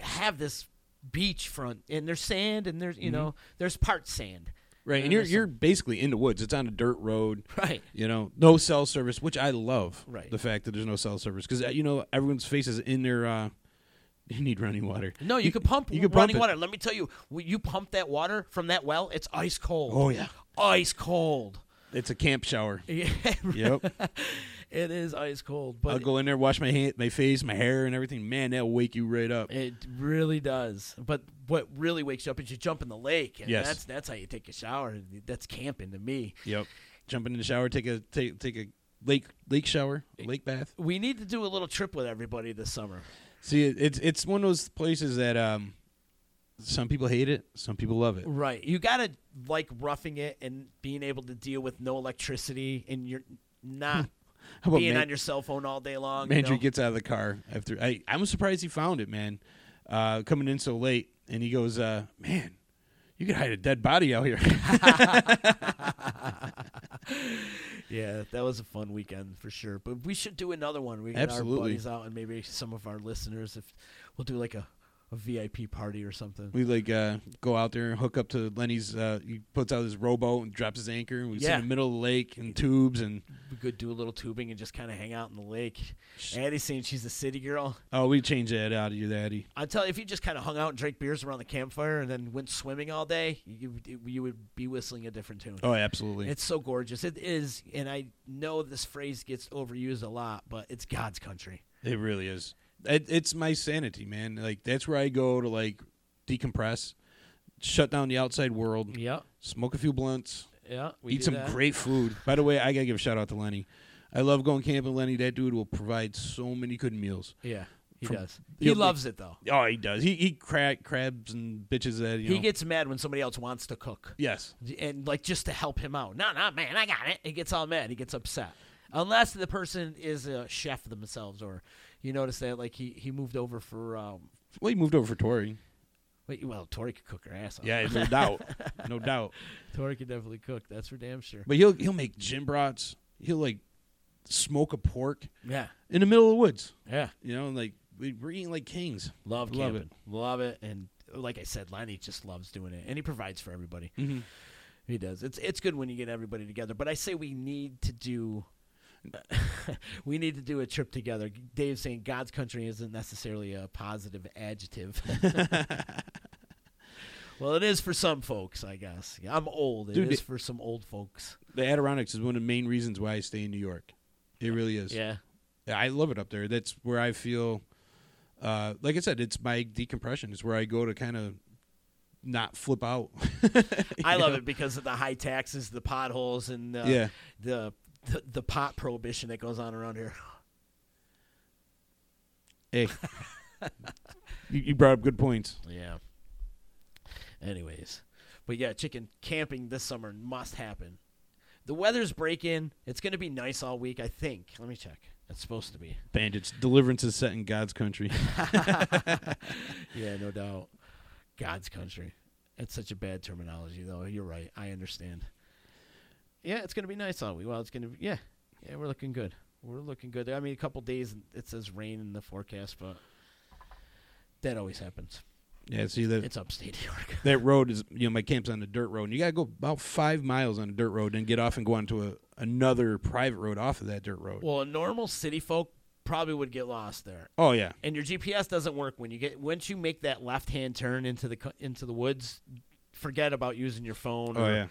have this beachfront, and there's sand, and there's you know there's part sand.
Mm-hmm. Right, and
And
you're
there's
you're basically in the woods. It's on a dirt road.
Right.
You know, no cell service, which I love.
Mm-hmm. Right.
The fact that there's no cell service because you know everyone's faces in their. uh You need running water.
No, you, could pump
you could
running
pump it.
water. Let me tell you, when you pump that water from that well, it's ice cold.
Oh, yeah.
ice cold.
It's a camp shower.
Yeah,
Yep.
it is ice cold. But
I'll go in there, wash my hand, my face, my hair, and everything. Man, that'll wake you right up.
It really does. But what really wakes you up is you jump in the lake. And
Yes.
That's that's how you take a shower. That's camping to me.
Yep. Jumping in the shower, take a take take a lake lake shower, lake bath.
We need to do a little trip with everybody this summer.
See, it- it's it's one of those places that um, some people hate it, some people love it.
Right. You got to like roughing it and being able to deal with no electricity and you're not
How
being
Hmm. man-
on your cell phone all day long. you
Mandry
know?
gets out of the car after I, I'm surprised he found it, man. Uh, coming in so late, and he goes, uh, "Man, you could hide a dead body out here."
yeah, that was a fun weekend for sure. But we should do another one. We got our
Absolutely.
buddies out and maybe some of our listeners. If we'll do like a, a VIP party or something.
we like uh, go out there and hook up to Lenny's. Uh, he puts out his rowboat and drops his anchor. And we sit
Yeah.
in the middle of the lake and tubes and
we could do a little tubing and just kind of hang out in the lake. Addie's saying she's a city girl.
oh, we change that out of you, Daddy.
I tell you, if you just kind of hung out and drank beers around the campfire and then went swimming all day, you you would be whistling a different tune.
Oh, absolutely.
It's so gorgeous. It is, and I know this phrase gets overused a lot, but it's God's country.
It really is. It, it's my sanity, man. Like that's where I go to like decompress, shut down the outside world,
Yep.
smoke a few blunts,
Yeah.
eat some great food. By the way, I gotta give a shout out to Lenny. I love going camping, Lenny. That dude will provide so many good meals.
Yeah. He
from-
does. He
You'll be-
loves it though.
Oh, he does. He he cra- crabs and bitches that you
He
know.
gets mad when somebody else wants to cook.
yes.
and like just to help him out. No, no, man, I got it. He gets all mad. He gets upset. Unless the person is a chef themselves, or you notice that like he he moved over for um
Well, he moved over for Tori.
wait well Tori could cook her ass off.
Yeah, no doubt, no doubt.
Tori could definitely cook. That's for damn sure.
But he'll he'll make gym brats. He'll like smoke a pork
Yeah,
in the middle of the woods.
yeah,
You know, and, like we- we're eating like kings.
love
Love
camping, love it, and like I said, Lonnie just loves doing it, and he provides for everybody.
Mm-hmm.
He does. It's it's good when you get everybody together. But I say we need to do. we need to do a trip together. Dave's saying God's country isn't necessarily a positive adjective. well, it is for some folks, I guess. I'm old. It is
Dude, it-
for some old folks.
The Adirondacks is one of the main reasons why I stay in New York. It really is.
Yeah.
Yeah, I love it up there. That's where I feel, uh, like I said, it's my decompression. It's where I go to kind of not flip out.
I love it because of the high taxes, the potholes, and uh,
Yeah.
the, the the pot prohibition that goes on around here.
Hey, you, you brought up good points.
Yeah. Anyways, but yeah, chicken camping this summer must happen. The weather's breaking. It's going to be nice all week, I think. Let me check. It's supposed to be.
Bandits, deliverance is set in God's country.
Yeah, no doubt. God's country. It's such a bad terminology, though. You're right. I understand. Yeah, it's gonna be nice all week. Well, it's gonna be yeah, yeah. We're looking good. We're looking good. I mean, a couple days it says rain in the forecast, but that always happens.
Yeah, see that
It's upstate New York.
that road is you know my camp's on a dirt road, and you got to go about five miles on a dirt road and get off and go onto a another private road off of that dirt road.
Well, a normal city folk probably would get lost there.
oh yeah,
And your GPS doesn't work when you get once you make that left-hand turn into the co- into the woods. Forget about using your phone
oh
or,
yeah.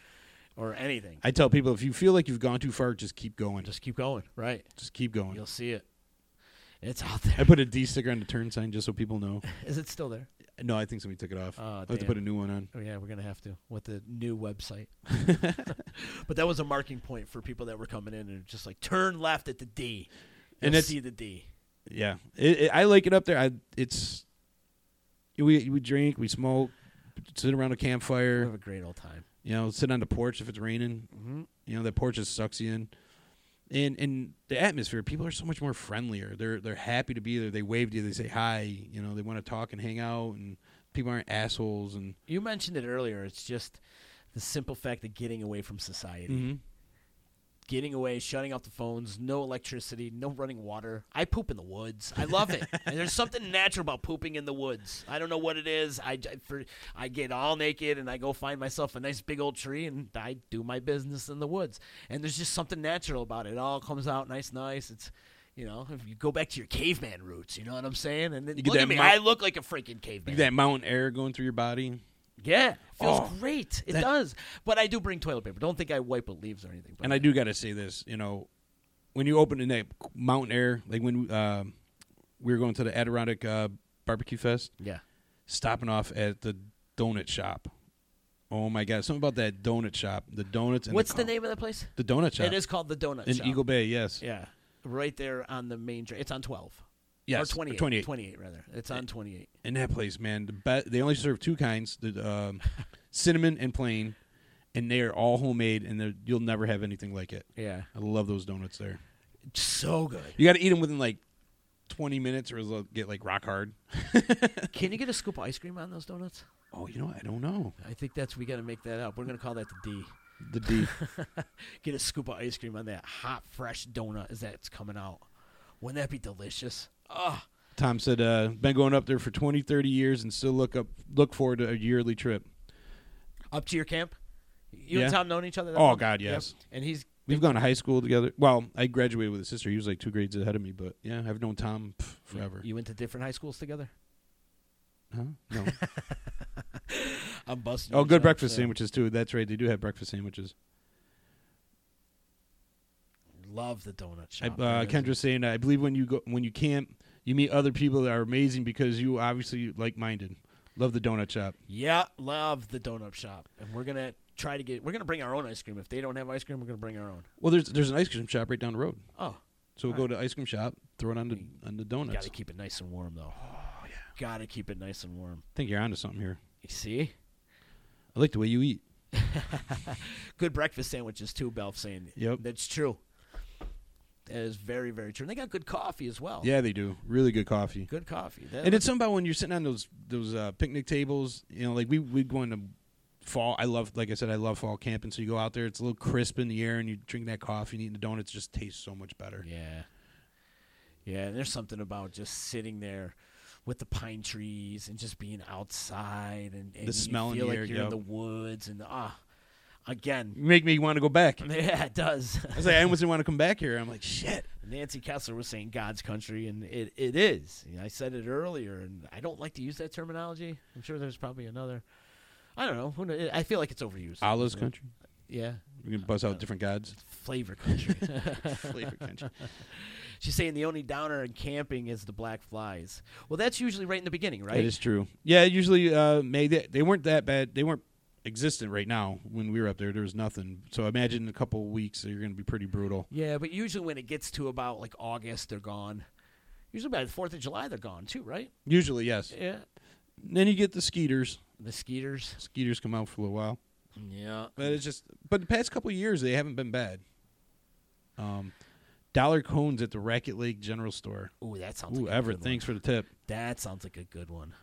or anything.
I tell people if you feel like you've gone too far, just keep going. Just
Just keep going. Right.
just keep going.
You'll see it. It's out there.
I put a D sticker on the turn sign just so people know.
Is it still there?
No, I think somebody took it off.
Oh,
I have to
damn.
put a new one on.
Oh yeah, we're gonna have to with the new website. but that was a marking point for people that were coming in and just like turn left at the D,
And
and
it's-
see the D.
Yeah, it, it- I like it up there. I it's we we drink, we smoke, sit around a
We
campfire.
have a great old time.
You know, sit on the porch if it's raining. You know, that porch just sucks you in. And and the atmosphere, people are so much more friendlier. They're they're happy to be there. They wave to you. They say hi. You know, they want to talk and hang out. And people aren't assholes. And
You mentioned it earlier. It's just the simple fact of getting away from society,
Mm-hmm.
getting away, shutting off the phones, no electricity, no running water. I poop in the woods. I love it. and there's something natural about pooping in the woods. I don't know what it is. I j- for, I get all naked and I go find myself a nice big old tree and I do my business in the woods. And there's just something natural about it. It all comes out nice, nice. It's you know, if you go back to your caveman roots, you know what I'm saying? And then
You get
look
that
at me,
mou-
I look like a freaking caveman.
you get that mountain air going through your body.
Yeah, it feels
Oh,
great. It
that-
does. But I do bring toilet paper. Don't think I wipe with leaves or anything. But
And I do got to say this, you know, when you open in that mountain air, like when uh, we were going to the Adirondack uh, Barbecue Fest,
Yeah.
stopping off at the donut shop. Oh my god, something about that donut shop, the donuts. And
What's the
coffee.
name of that place?
The donut shop.
It is called the Donut
in
Shop.
Eagle Bay. Yes.
Yeah, right there on the main. Dra- it's on twelve.
Yes,
or
or
28,
28.
28, rather. It's on twenty eight.
In that place, man, the be- they only serve two kinds: the um, cinnamon and plain, and they are all homemade, and they're- you'll never have anything like it.
Yeah,
I love those donuts there.
so good.
You got to eat them within like twenty minutes, or they'll get like rock hard.
Can you get a scoop of ice cream on those donuts?
Oh, you know, what? I don't know
I think that's we got to make that up. We're gonna call that the D.
the D.
Get a scoop of ice cream on that hot, fresh donut as that's coming out. Wouldn't that be delicious? Oh,
Tom said, uh, "Been going up there for 20, 30 years, and still look up, look forward to a yearly trip."
up to your camp. You
Yeah.
and Tom known each other. that
Oh,
long?
God,
Yep.
yes.
And he's
We've gone to high school together. Well, I graduated with his sister. He was like two grades ahead of me, but yeah, I've known Tom pff, forever.
You went to different high schools together?
Huh? No.
I'm busting.
Oh,
your
good
chops
breakfast
there.
sandwiches too. That's right. They do have breakfast sandwiches.
Love the donut
I,
shop.
uh,
That is-
Kendra's saying, I believe when you go when you camp, you meet other people that are amazing because you obviously like minded. Love the donut shop.
Yeah, love the donut shop. And we're gonna try to get. We're gonna bring our own ice cream. If they don't have ice cream, we're gonna bring our own.
Well, there's there's an ice cream shop right down the road,
Oh,
so we'll go to ice cream shop, throw it on the on the
got
donuts.
to keep it nice and warm though. Oh yeah. Got to keep it nice and warm.
I think you're onto something here.
You see,
I like the way you eat.
good breakfast sandwiches too. Belf saying.
Yep.
That's true. That is very very true. And they got good coffee as well.
Yeah, they do. Really good coffee.
Good coffee. That-
And it's something about when you're sitting on those those uh, picnic tables. You know, like we we go into fall. I love, like I said, I love fall camping. So you go out there, it's a little crisp in the air, and you drink that coffee and eating the donuts. Just tastes so much better.
Yeah. Yeah, and there's something about just sitting there with the pine trees and just being outside and, and
The
you
smell in
feel
the
like
air,
you're
yep.
in the woods and ah again.
Make me want to go back. I
Yeah, it does.
was like, I almost didn't want to come back here. I'm like, shit.
Nancy Kessler was saying God's country, and it, it is. You know, I said it earlier, and I don't like to use that terminology. I'm sure there's probably another. I don't know. Who kn- I feel like it's overused.
Allah's country.
yeah,
We're gonna buzz out different gods.
flavor country.
Flavor country.
She's saying the only downer in camping is the black flies. Well, that's usually right in the beginning, right?
That is true. Yeah, usually uh, May they, they weren't that bad. They weren't existent right now when we were up there. There was nothing. So imagine in a couple of weeks they're gonna be pretty brutal.
Yeah, but usually when it gets to about like August, they're gone. Usually by the Fourth of July, they're gone too, right?
Usually, yes.
Yeah.
Then you get the skeeters.
The skeeters.
Skeeters come out for a little while.
Yeah.
But it's just, but the past couple of years they haven't been bad. Um, dollar cones at the Racket Lake General Store.
Ooh, that sounds.
Ooh,
like a
Everett,
good one.
thanks for the tip.
That sounds like a good one.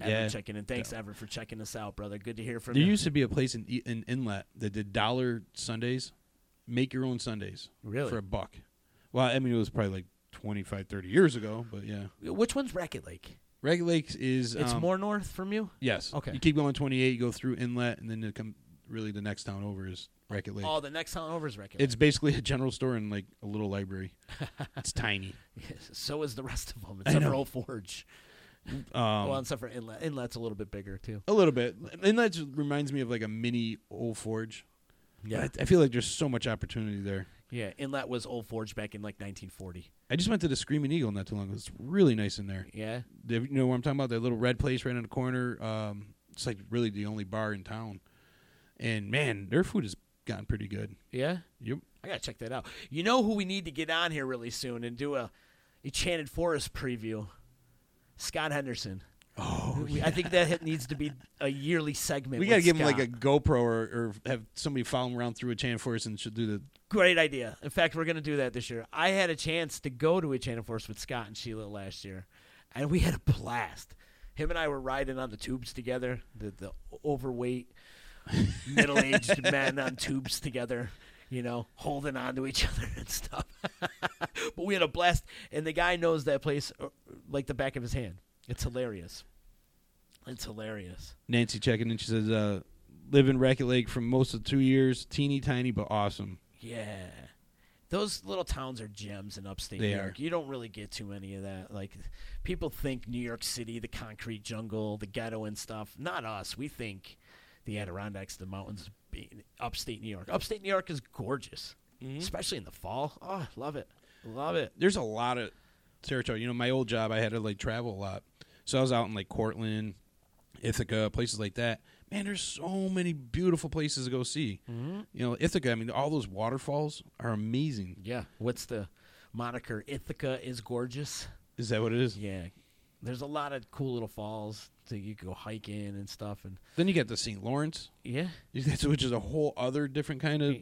Ever
Yeah.
checking in. Thanks, Ever, for checking us out, brother. Good to hear from
There
you.
used to be a place in E- in Inlet that did dollar Sundays. Make your own Sundays.
Really?
For a buck. Well, I mean, it was probably like 25, 30 years ago, but yeah.
Which one's Racket Lake?
Ragged Lakes is.
It's
um,
more north from you.
Yes.
Okay.
You keep going 28, you go through Inlet, and then you come really the next town over is Ragged Lake.
Oh, the next town over is Racket Lake.
It's basically a general store and like a little library. it's tiny.
so is the rest of them, except for Old Forge.
Um,
well, except for Inlet. Inlet's a little bit bigger too.
a little bit. Inlet just reminds me of like a mini old forge. I, I feel like there's so much opportunity there.
yeah. Inlet was Old Forge back in like 1940.
I just went to the Screaming Eagle not too long ago. It's really nice in there.
Yeah.
They- You know what I'm talking about? That little red place right on the corner. Um, it's like really the only bar in town. And man, their food has gotten pretty good.
Yeah.
Yep.
I gotta check that out. You know who we need to get on here really soon and do a Enchanted Forest preview? Scott Henderson. Oh, I think that hit- needs to be a yearly segment.
We
got
gotta give him like a GoPro or, or have somebody follow him around through a chan for us and should do the.
great idea. In fact, we're gonna do that this year. I had a chance to go to Enchanted Forest with Scott and Sheila last year, and we had a blast. Him and I were riding on the tubes together. The the overweight, middle aged men on tubes together. You know, holding on to each other and stuff. but we had a blast, and the guy knows that place uh, like the back of his hand. It's hilarious. It's hilarious.
Nancy checking in. She says, uh, "Live in Racket Lake for most of two years. Teeny tiny but awesome.
Yeah. Those little towns are gems in upstate
They
New
are.
York. You don't really get too many of that. Like people think New York City, the concrete jungle, the ghetto and stuff. Not us. We think the Adirondacks, the mountains, be- upstate New York. Upstate New York is gorgeous,
Mm-hmm.
especially in the fall. Oh, love it, love it.
There's a lot of territory. You know, my old job, I had to like travel a lot, so I was out in like Cortland, Ithaca, places like that. Man, there's so many beautiful places to go see. You know, Ithaca. I mean, all those waterfalls are amazing.
Yeah. What's the moniker? Ithaca is gorgeous.
Is that what it is?
Yeah. There's a lot of cool little falls that you can go hike in and stuff. And
Then you get the St. Lawrence,
yeah,
which is a whole other different kind of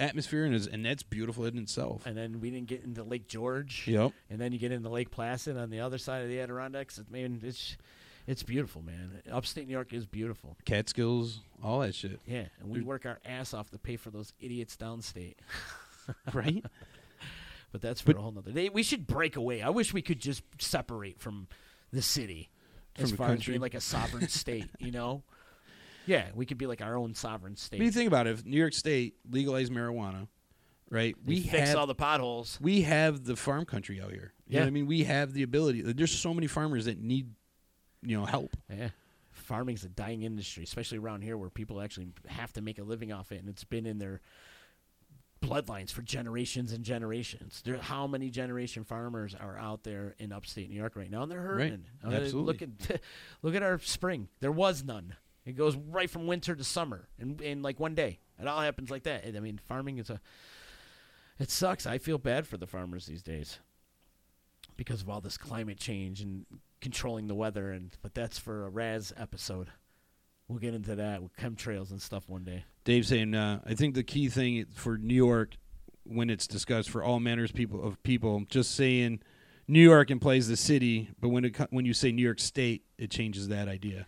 atmosphere, and is and that's beautiful in itself.
and then we didn't get into Lake George.
Yep.
And then you get into Lake Placid on the other side of the Adirondacks. I mean, it's it's beautiful, man. Upstate New York is beautiful.
Catskills, all that shit.
Yeah, and
Mm.
we work our ass off to pay for those idiots downstate.
Right?
But that's for a whole nother day. We should break away. I wish we could just separate from the city as
From the
far as
country.
being like a sovereign state, you know? Yeah, we could be like our own sovereign
But you
state.
think about it, if New York State legalized marijuana, right?
We
We
fix
have
all the potholes.
we have the farm country out here. You know what
Yeah.
I mean? We have the ability. There's so many farmers that need you know help.
Yeah. Farming's a dying industry, especially around here where people actually have to make a living off it and it's been in their bloodlines for generations and generations. There how many generation farmers are out there in upstate New York right now and they're
Right.
hurting. I mean,
Absolutely.
Look at look at our spring. There was none. It goes right from winter to summer in in like one day. It all happens like that. And, I mean, farming is a it sucks. I feel bad for the farmers these days because of all this climate change and controlling the weather and but that's for a Raz episode. We'll get into that with chemtrails and stuff one day.
Dave's saying, uh, I think the key thing for New York when it's discussed for all manners people of people, just saying New York implies the city, but when it co- when you say New York State, it changes that idea.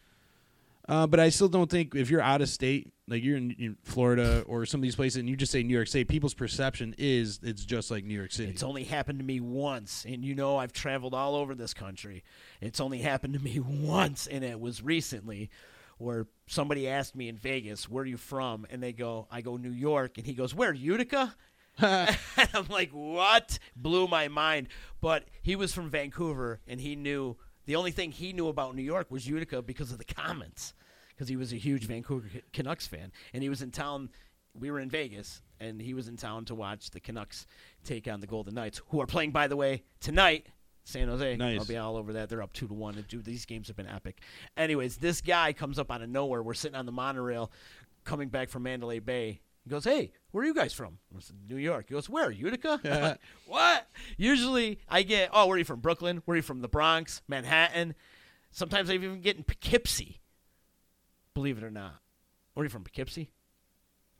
Uh, but I still don't think if you're out of state, like you're in, in Florida or some of these places, and you just say New York State, people's perception is it's just like New York City.
It's only happened to me once, and you know I've traveled all over this country. It's only happened to me once, and it was recently where somebody asked me in Vegas, Where are you from? And they go, I go, New York. And he goes, Where? Utica? and I'm like, What? Blew my mind. But he was from Vancouver, and he knew the only thing he knew about New York was Utica because of the comments, because he was a huge Vancouver Canucks fan. And he was in town we were in Vegas, and he was in town to watch the Canucks take on the Golden Knights, who are playing, by the way, tonight. San Jose.
Nice.
I'll be all over that. They're up two to one. And dude, these games have been epic. Anyways, this guy comes up out of nowhere. We're sitting on the monorail, coming back from Mandalay Bay. He goes, "Hey, where are you guys from?" I said, "New York." He goes, "Where? Utica?" I'm like, what? Usually, I get, "Oh, where are you from? Brooklyn? Where are you from? The Bronx? Manhattan?" Sometimes I even get in Poughkeepsie. Believe it or not, where are you from? Poughkeepsie.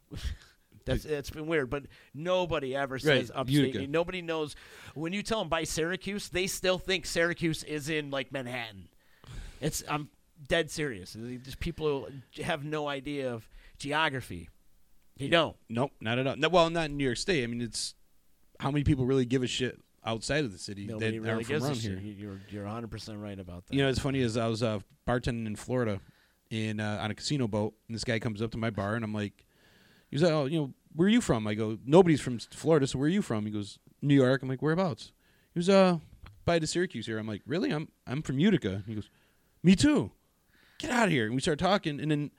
That's that's been weird, but nobody ever says
Right,
upstate.
Utica.
New- Nobody knows when you tell them by Syracuse, they still think Syracuse is in like Manhattan. It's I'm dead serious. Just people have no idea of geography. They don't.
Nope, not at all. No, well, not in New York State. I mean, it's how many people really give a shit outside of the city
Nobody
that
really
are from
gives a
around
shit.
here.
You- You're you're 100 percent right about that.
You know, it's funny is I was uh, bartending in Florida in uh, on a casino boat, and this guy comes up to my bar, and I'm like, he was like, oh, you know, where are you from? I go, nobody's from s- Florida, so where are you from? He goes, New York. I'm like, whereabouts? He was uh by the Syracuse here. I'm like, really? I'm I'm from Utica. He goes, me too. Get out of here. And we start talking, and then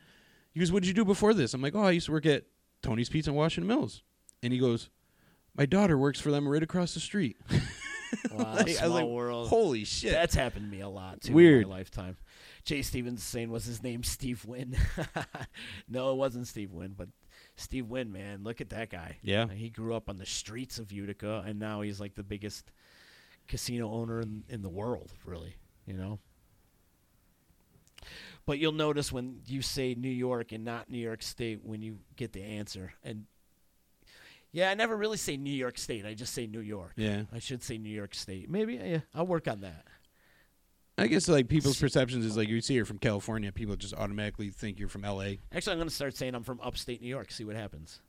he goes, what did you do before this? I'm like, oh, I used to work at Tony's Pizza in Washington Mills, and he goes. My daughter works for them right across the street.
Wow,
Like, I was
small
like,
world.
Holy shit!
That's happened to me a lot too
Weird.
in my lifetime. Jay Stevens saying was his name Steve Wynn. no, it wasn't Steve Wynn, but Steve Wynn, man, look at that guy.
Yeah.
He grew up on the streets of Utica and now he's like the biggest casino owner in, in the world, really, you know. But you'll notice when you say New York and not New York State when you get the answer. And yeah, I never really say New York State. I just say New York.
Yeah.
I should say New York State. Maybe yeah, I'll work on that.
I guess like people's perceptions is like you see you're from California, people just automatically think you're from LA.
Actually, I'm going to start saying I'm from upstate New York. See what happens.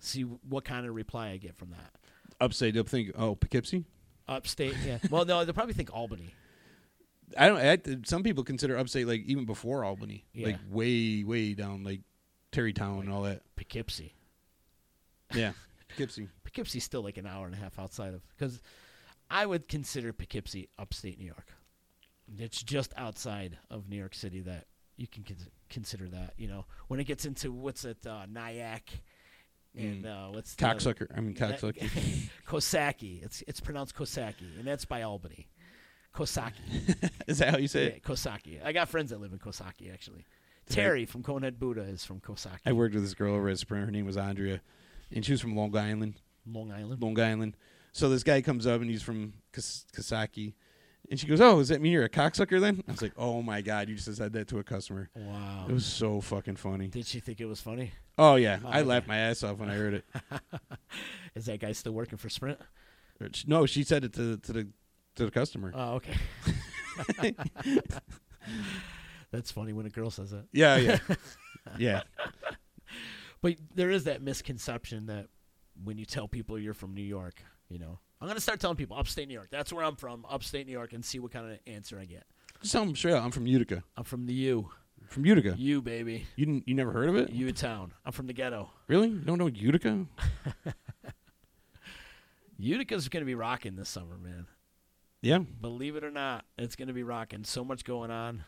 See what kind of reply I get from that.
Upstate, they'll think, oh, Poughkeepsie.
Upstate, yeah. well, no, they'll probably think Albany.
I don't. I, some people consider upstate like even before Albany,
Yeah.
like way, way down, like Terrytown and all that.
Poughkeepsie.
Yeah, Poughkeepsie.
Poughkeepsie's still like an hour and a half outside of because I would consider Poughkeepsie upstate New York. It's just outside of New York City that you can cons- consider that. You know, when it gets into what's it, uh, Nyack, and uh, what's the other-
Cocksucker. I mean, cocksucker.
Kosaki. It's it's pronounced Kosaki, and that's by Albany. Kosaki.
is that how you say
Yeah,
it?
Kosaki. I got friends that live in Kosaki actually. Terry from Conehead Buddha is from Kosaki,
I worked with this girl over at Sprint. Her name was Andrea, and she was from Long Island.
Long Island.
Long Island. So this guy comes up and he's from Kas- Kasaki, and she goes, "Oh, does that mean you're a cocksucker then?" I was like, "Oh my god, you just said that to a customer."
Wow.
It was so fucking funny.
Did she think it was funny?
Oh yeah, I laughed my ass off when I heard it.
Is that guy still working for Sprint?
Or sh- No, she said it to to the to the customer.
Oh, okay. That's funny when a girl says that.
yeah, yeah, yeah.
But there is that misconception that when you tell people you're from New York, you know, I'm going to start telling people upstate New York. That's where I'm from, upstate New York, and see what kind of answer I get.
Just tell them straight out, I'm from Utica.
I'm from the U.
From Utica. You,
You, baby.
didn't, you never heard of it?
U town. I'm from the ghetto.
really? You don't know Utica?
Utica's going to be rocking this summer, man.
Yeah.
Believe it or not, it's going to be rocking. So much going on.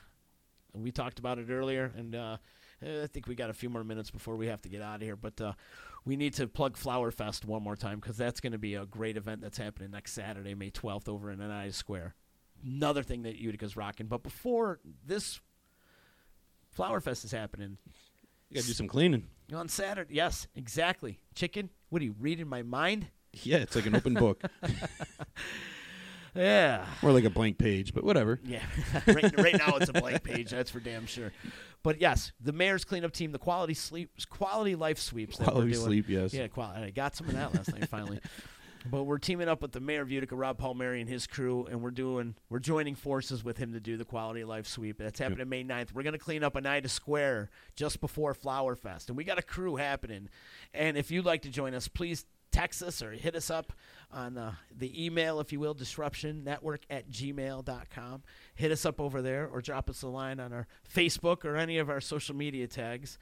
We talked about it earlier, and uh, eh, I think we got a few more minutes before we have to get out of here. But uh, we need to plug Flower Fest one more time because that's going to be a great event that's happening next Saturday, May 12th, over in Anaya Square. Another thing that Utica's rocking. But before this Flower Fest is happening,
You gotta do some cleaning.
on Saturday, yes, exactly. Chicken, what are you reading my mind?
Yeah, it's like an open book.
Yeah.
or like a blank page, but whatever.
Yeah, right, right now it's a blank page. That's for damn sure. But yes, the mayor's cleanup team, the quality sleep, quality life sweeps. that we're
Quality
doing.
sleep, yes.
Yeah, quality. I got some of that last night finally. But we're teaming up with the mayor of Utica, Rob Palmieri, and his crew, and we're doing we're joining forces with him to do the quality life sweep. That's happening May 9th. We're gonna clean up Oneida Square just before Flower Fest, and we got a crew happening. And if you'd like to join us, please text us or hit us up on uh, the email, if you will, disruption network at gmail.com. Hit us up over there or drop us a line on our Facebook or any of our social media tags.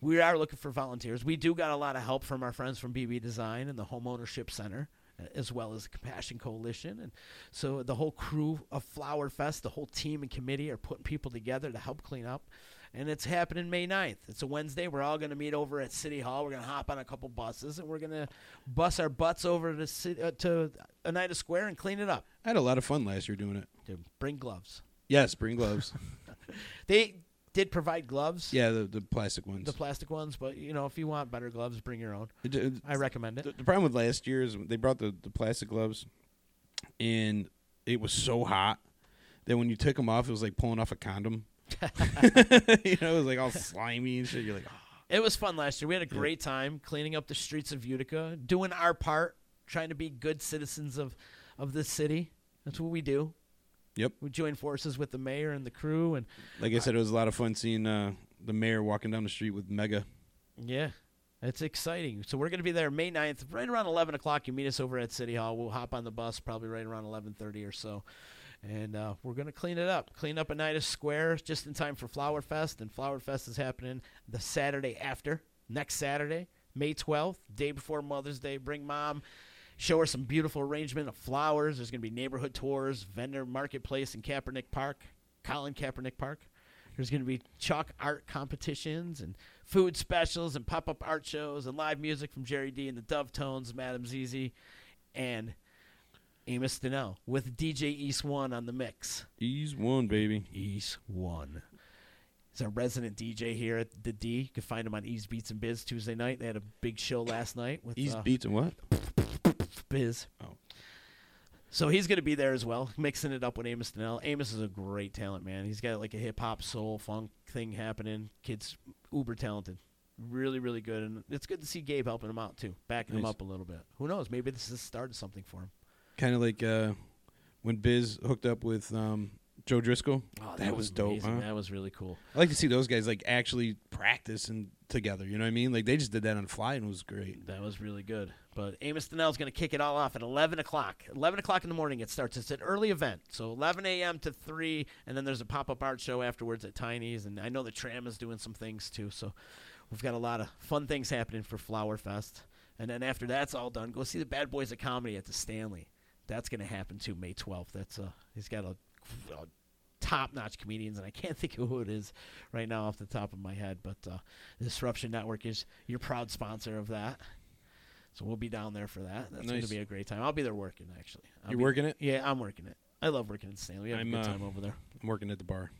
We are looking for volunteers. We do got a lot of help from our friends from BB Design and the Home Ownership Center. uh, As well as the Compassion Coalition. And so the whole crew of Flower Fest, the whole team and committee are putting people together to help clean up. And it's happening May 9th. It's a Wednesday. We're all going to meet over at City Hall. We're going to hop on a couple buses and we're going to bus our butts over to, city, uh, to Oneida Square and clean it up.
I had a lot of fun last year doing it.
Dude, bring gloves.
Yes, bring gloves.
They did provide gloves,
yeah, the, the plastic ones.
the plastic ones, but you know, if you want better gloves, bring your own.
It- it-
I recommend it.
The, the problem with last year is they brought the, the plastic gloves, and it was so hot that when you took them off, it was like pulling off a condom. you know, it was like all slimy and shit. You're like, "Ah."
It was fun last year. We had a great time cleaning up the streets of Utica, doing our part, trying to be good citizens of, of this city. That's what we do.
Yep.
We joined forces with the mayor and the crew, and
Like I said, it was a lot of fun seeing uh, the mayor walking down the street with Mega.
Yeah. It's exciting. So we're going to be there May 9th, right around 11 o'clock. You meet us over at City Hall. We'll hop on the bus probably right around 11.30 or so. And uh, we're going to clean it up. Clean up Oneida Square just in time for Flower Fest. And Flower Fest is happening the Saturday after, next Saturday, May 12th, day before Mother's Day. Bring mom. Show her some beautiful arrangement of flowers. There's going to be neighborhood tours, vendor marketplace in Kaepernick Park, Colin Kaepernick Park. There's going to be chalk art competitions and food specials and pop up art shows and live music from Jerry D and the Dove Tones, Madam Zizi, and Amos Donnell with DJ East One on the mix.
He's one, baby.
East One. He's our resident DJ here at the D. You can find him on East Beats and Biz Tuesday night. They had a big show last night with
He's
uh,
beats and what?
Biz.
Oh.
So he's going to be there as well, mixing it up with Amos Donnell. Amos is a great talent, man. He's got like a hip hop, soul, funk thing happening. Kid's uber talented. Really, really good. And it's good to see Gabe helping him out, too, backing him
Nice.
up a little bit. Who knows? Maybe this has started something for him.
Kind of like uh, when Biz hooked up with um, Joe Driscoll.
amazing.
huh?
Oh, That was really cool.
I like to see those guys like actually practice and together. You know what I mean? Like they just did that on the fly and it was great.
That was really good. But Amos Donnell's going to kick it all off at 11 o'clock. 11 o'clock in the morning it starts. It's an early event. So 11 a.m. to 3, and then there's a pop up art show afterwards at Tiny's. And I know the tram is doing some things too. So we've got a lot of fun things happening for Flower Fest. And then after that's all done, go see the Bad Boys of Comedy at the Stanley. That's going to happen too, May 12th. That's uh, He's got a, a top notch comedians, and I can't think of who it is right now off the top of my head. But uh, the Disruption Network is your proud sponsor of that. So we'll be down there for that. That's going
Nice.
to be a great time. I'll be there working actually. I'll
You
be-
working it?
Yeah, I'm working it. I love working at Stanley. We have
I'm,
a good
uh,
time over there.
I'm working at the bar.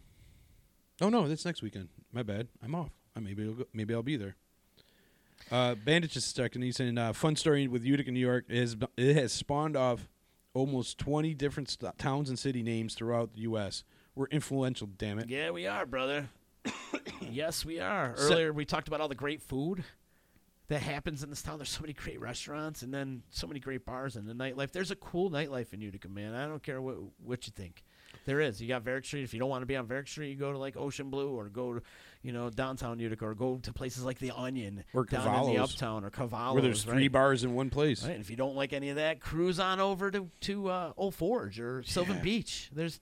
Oh no, that's next weekend. My bad. I'm off. I maybe I'll go, maybe I'll be there. Uh, Bandage is stuck, and he's saying uh, fun story with Utica, New York. It has it has spawned off almost 20 different st- towns and city names throughout the U.S. We're influential, damn it.
Yeah, we are, brother. yes, we are.
So-
Earlier we talked about all the great food that happens in this town. There's so many great restaurants and then so many great bars and the nightlife. There's a cool nightlife in Utica, man. I don't care what what you think. There is. You got Varick Street. If you don't want to be on Varick Street, you go to like Ocean Blue or go to, you know, downtown Utica or go to places like the Onion
Or
down in the
Cavallo's,
uptown or Cavallo's.
Where there's three
right?
bars in one place.
Right, and if you don't like any of that, cruise on over to to uh, Old Forge or Sylvan
Yeah.
Beach. There's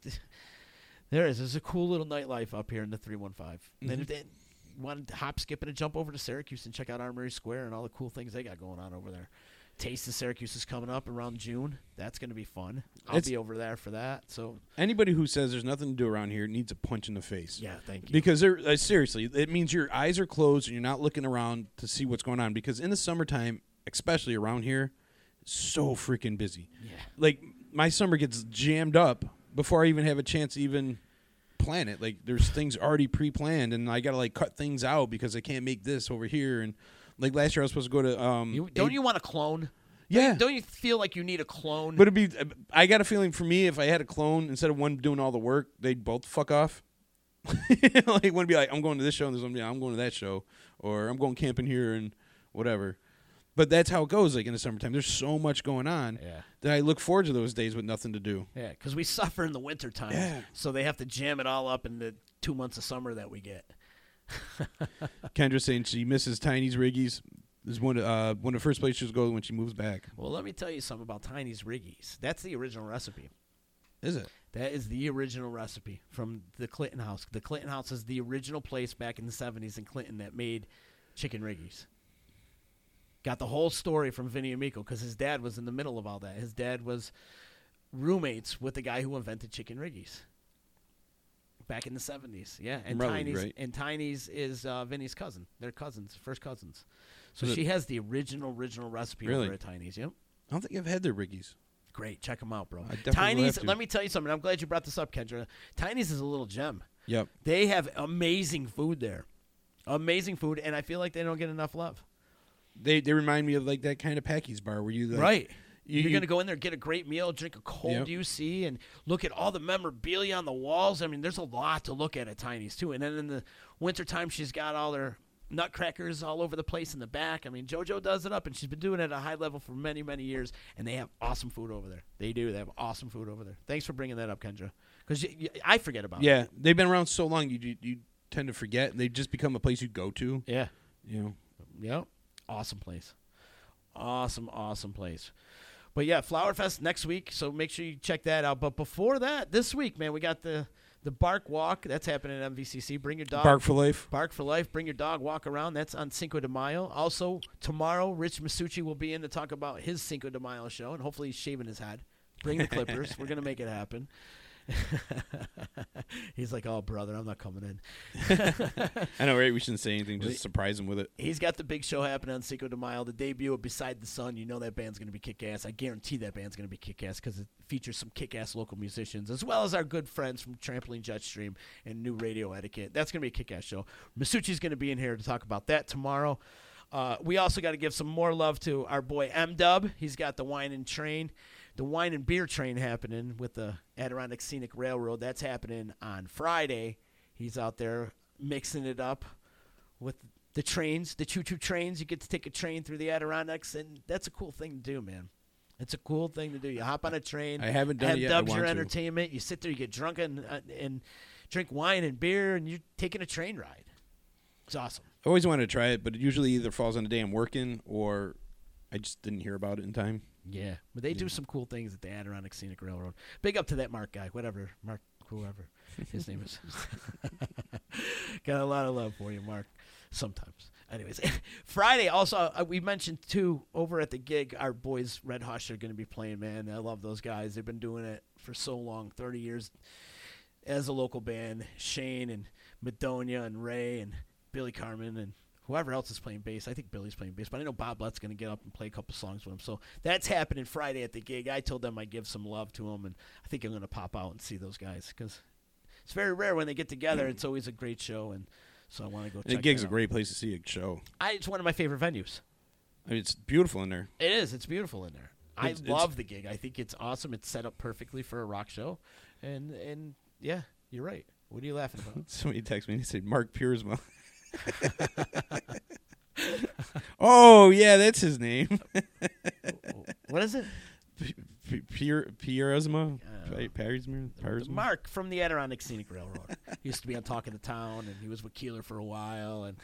there is there's a cool little nightlife up here in the three one five.
Mm-hmm.
Then if they want to hop, skip, and a jump over to Syracuse and check out Armory Square and all the cool things they got going on over there. Taste of Syracuse is coming up around June. That's going to be fun. I'll
It's-
be over there for that. So
Anybody who says there's nothing to do around here needs a punch in the face.
yeah, thank you.
Because they're uh, seriously, it means your eyes are closed and you're not looking around to see what's going on. Because in the summertime, especially around here, so freaking busy.
Yeah.
Like my summer gets jammed up before I even have a chance to even plan it. Like there's things already pre-planned, and I gotta like cut things out because I can't make this over here. And like last year, I was supposed to go to um.
you, don't
a-
you want a clone?
Yeah.
Don't you feel like you need a clone?
But it'd be. I got a feeling for me, if I had a clone instead of one doing all the work, they'd both fuck off. like one would be like, I'm going to this show, and there's one be, I'm going to that show, or I'm going camping here and whatever. But that's how it goes. Like in the summertime, there's so much going on
Yeah.
that I look forward to those days with nothing to do.
Yeah, because we suffer in the winter time,
Yeah.
so they have to jam it all up in the two months of summer that we get.
Kendra's saying she misses Tiny's Riggies. This is one of, uh, one of the first places she goes when she moves back.
Well, let me tell you something about Tiny's Riggies. That's the original recipe.
Is it?
That is the original recipe from the Clinton House. The Clinton House is the original place back in the 70s in Clinton that made chicken riggies. Got the whole story from Vinny Amico because his dad was in the middle of all that. His dad was roommates with the guy who invented chicken riggies back in the 70s. Yeah, and
Really,
Tiny's
right?
and Tiny's is uh, Vinny's cousin. They're cousins, first cousins. So
Is it-
she has the original original recipe
Really?
over at Tiny's. Yep.
I don't think I've had their Riggies.
Great. Check them out, bro.
I definitely will
Tiny's,
have to.
let me tell you something. I'm glad you brought this up, Kendra. Tiny's is a little gem.
Yep.
They have amazing food there. Amazing food, and I feel like they don't get enough love.
They they remind me of like that kind of Packy's bar where you like,
right. You,
you-
are
you-
going to go in there, get a great meal, drink a cold
Yep.
UC, and look at all the memorabilia on the walls. I mean, there's a lot to look at at Tiny's, too. And then in the wintertime, she's got all their nutcrackers all over the place in the back. I mean, JoJo does it up, and she's been doing it at a high level for many, many years. And they have awesome food over there. They do. They have awesome food over there. Thanks for bringing that up, Kendra, because I forget about it.
Yeah, they've been around so long, you you, you tend to forget. and They just become a place you go to.
Yeah.
You know,
Yep. Awesome place. Awesome, awesome place. But yeah, Flower Fest next week, so make sure you check that out. But before that, this week, man, we got the the Bark Walk. That's happening at MVCC. Bring your dog.
Bark for Life.
Bark for Life. Bring your dog. Walk around. That's on Cinco de Mayo. Also, tomorrow, Rich Masucci will be in to talk about his Cinco de Mayo show, and hopefully he's shaving his head. Bring the clippers. We're going to make it happen. he's like, oh, brother, I'm not coming in.
I know, right? We shouldn't say anything. Just surprise them with it.
He's got the big show happening on Cinco de Mayo, the debut of Beside the Sun. You know that band's going to be kick ass. I guarantee that band's going to be kick ass because it features some kick ass local musicians, as well as our good friends from Trampoline Jet Stream and New Radio Etiquette. That's going to be a kick ass show. Masucci's going to be in here to talk about that tomorrow. Uh, we also got to give some more love to our boy M Dub. He's got the wine and train, the wine and beer train happening with the Adirondack Scenic Railroad. That's happening on Friday. He's out there mixing it up with the trains, the choo-choo trains. You get to take a train through the Adirondacks, and that's a cool thing to do, man. It's a cool thing to do. You hop on a train.
I haven't done it
have
yet. I
Dubs
want
your
to.
entertainment. You sit there, you get drunk and uh, and drink wine and beer, and you're taking a train ride. It's awesome.
I always wanted to try it, but it usually either falls on a day I'm working or I just didn't hear about it in time.
Yeah, but they do some cool things at the Adirondack Scenic Railroad. Big up to that Mark guy, whatever Mark, whoever his name is. Got a lot of love for you, Mark. Sometimes, anyways. Friday also, uh, we mentioned too over at the gig, our boys Red Hush are going to be playing. Man, I love those guys. They've been doing it for so long, thirty years as a local band. Shane and Madonia and Ray and Billy Carmen and whoever else is playing bass. I think Billy's playing bass, but I know Bob Lett's going to get up and play a couple songs with him. So that's happening Friday at the gig. I told them I give some love to them, and I think I'm going to pop out and see those guys because it's very rare when they get together. It's always a great show, and so I want to go.
And
check
a gig's
that
a
out.
great place to see a show.
I, it's one of my favorite venues.
I mean, it's beautiful in there.
It is. It's beautiful in there. I
It's- it's-
love the gig. I think it's awesome. It's set up perfectly for a rock show, and and yeah, you're right. What are you laughing about?
Somebody texted me and he said, Mark Puresma. oh, yeah, that's his name.
what is it?
P- P- Pier- Pieresma?
I
Pi- Pieresma? Pieresma?
Mark from the Adirondack Scenic Railroad. he used to be on Talk of the Town, and he was with Keeler for a while, and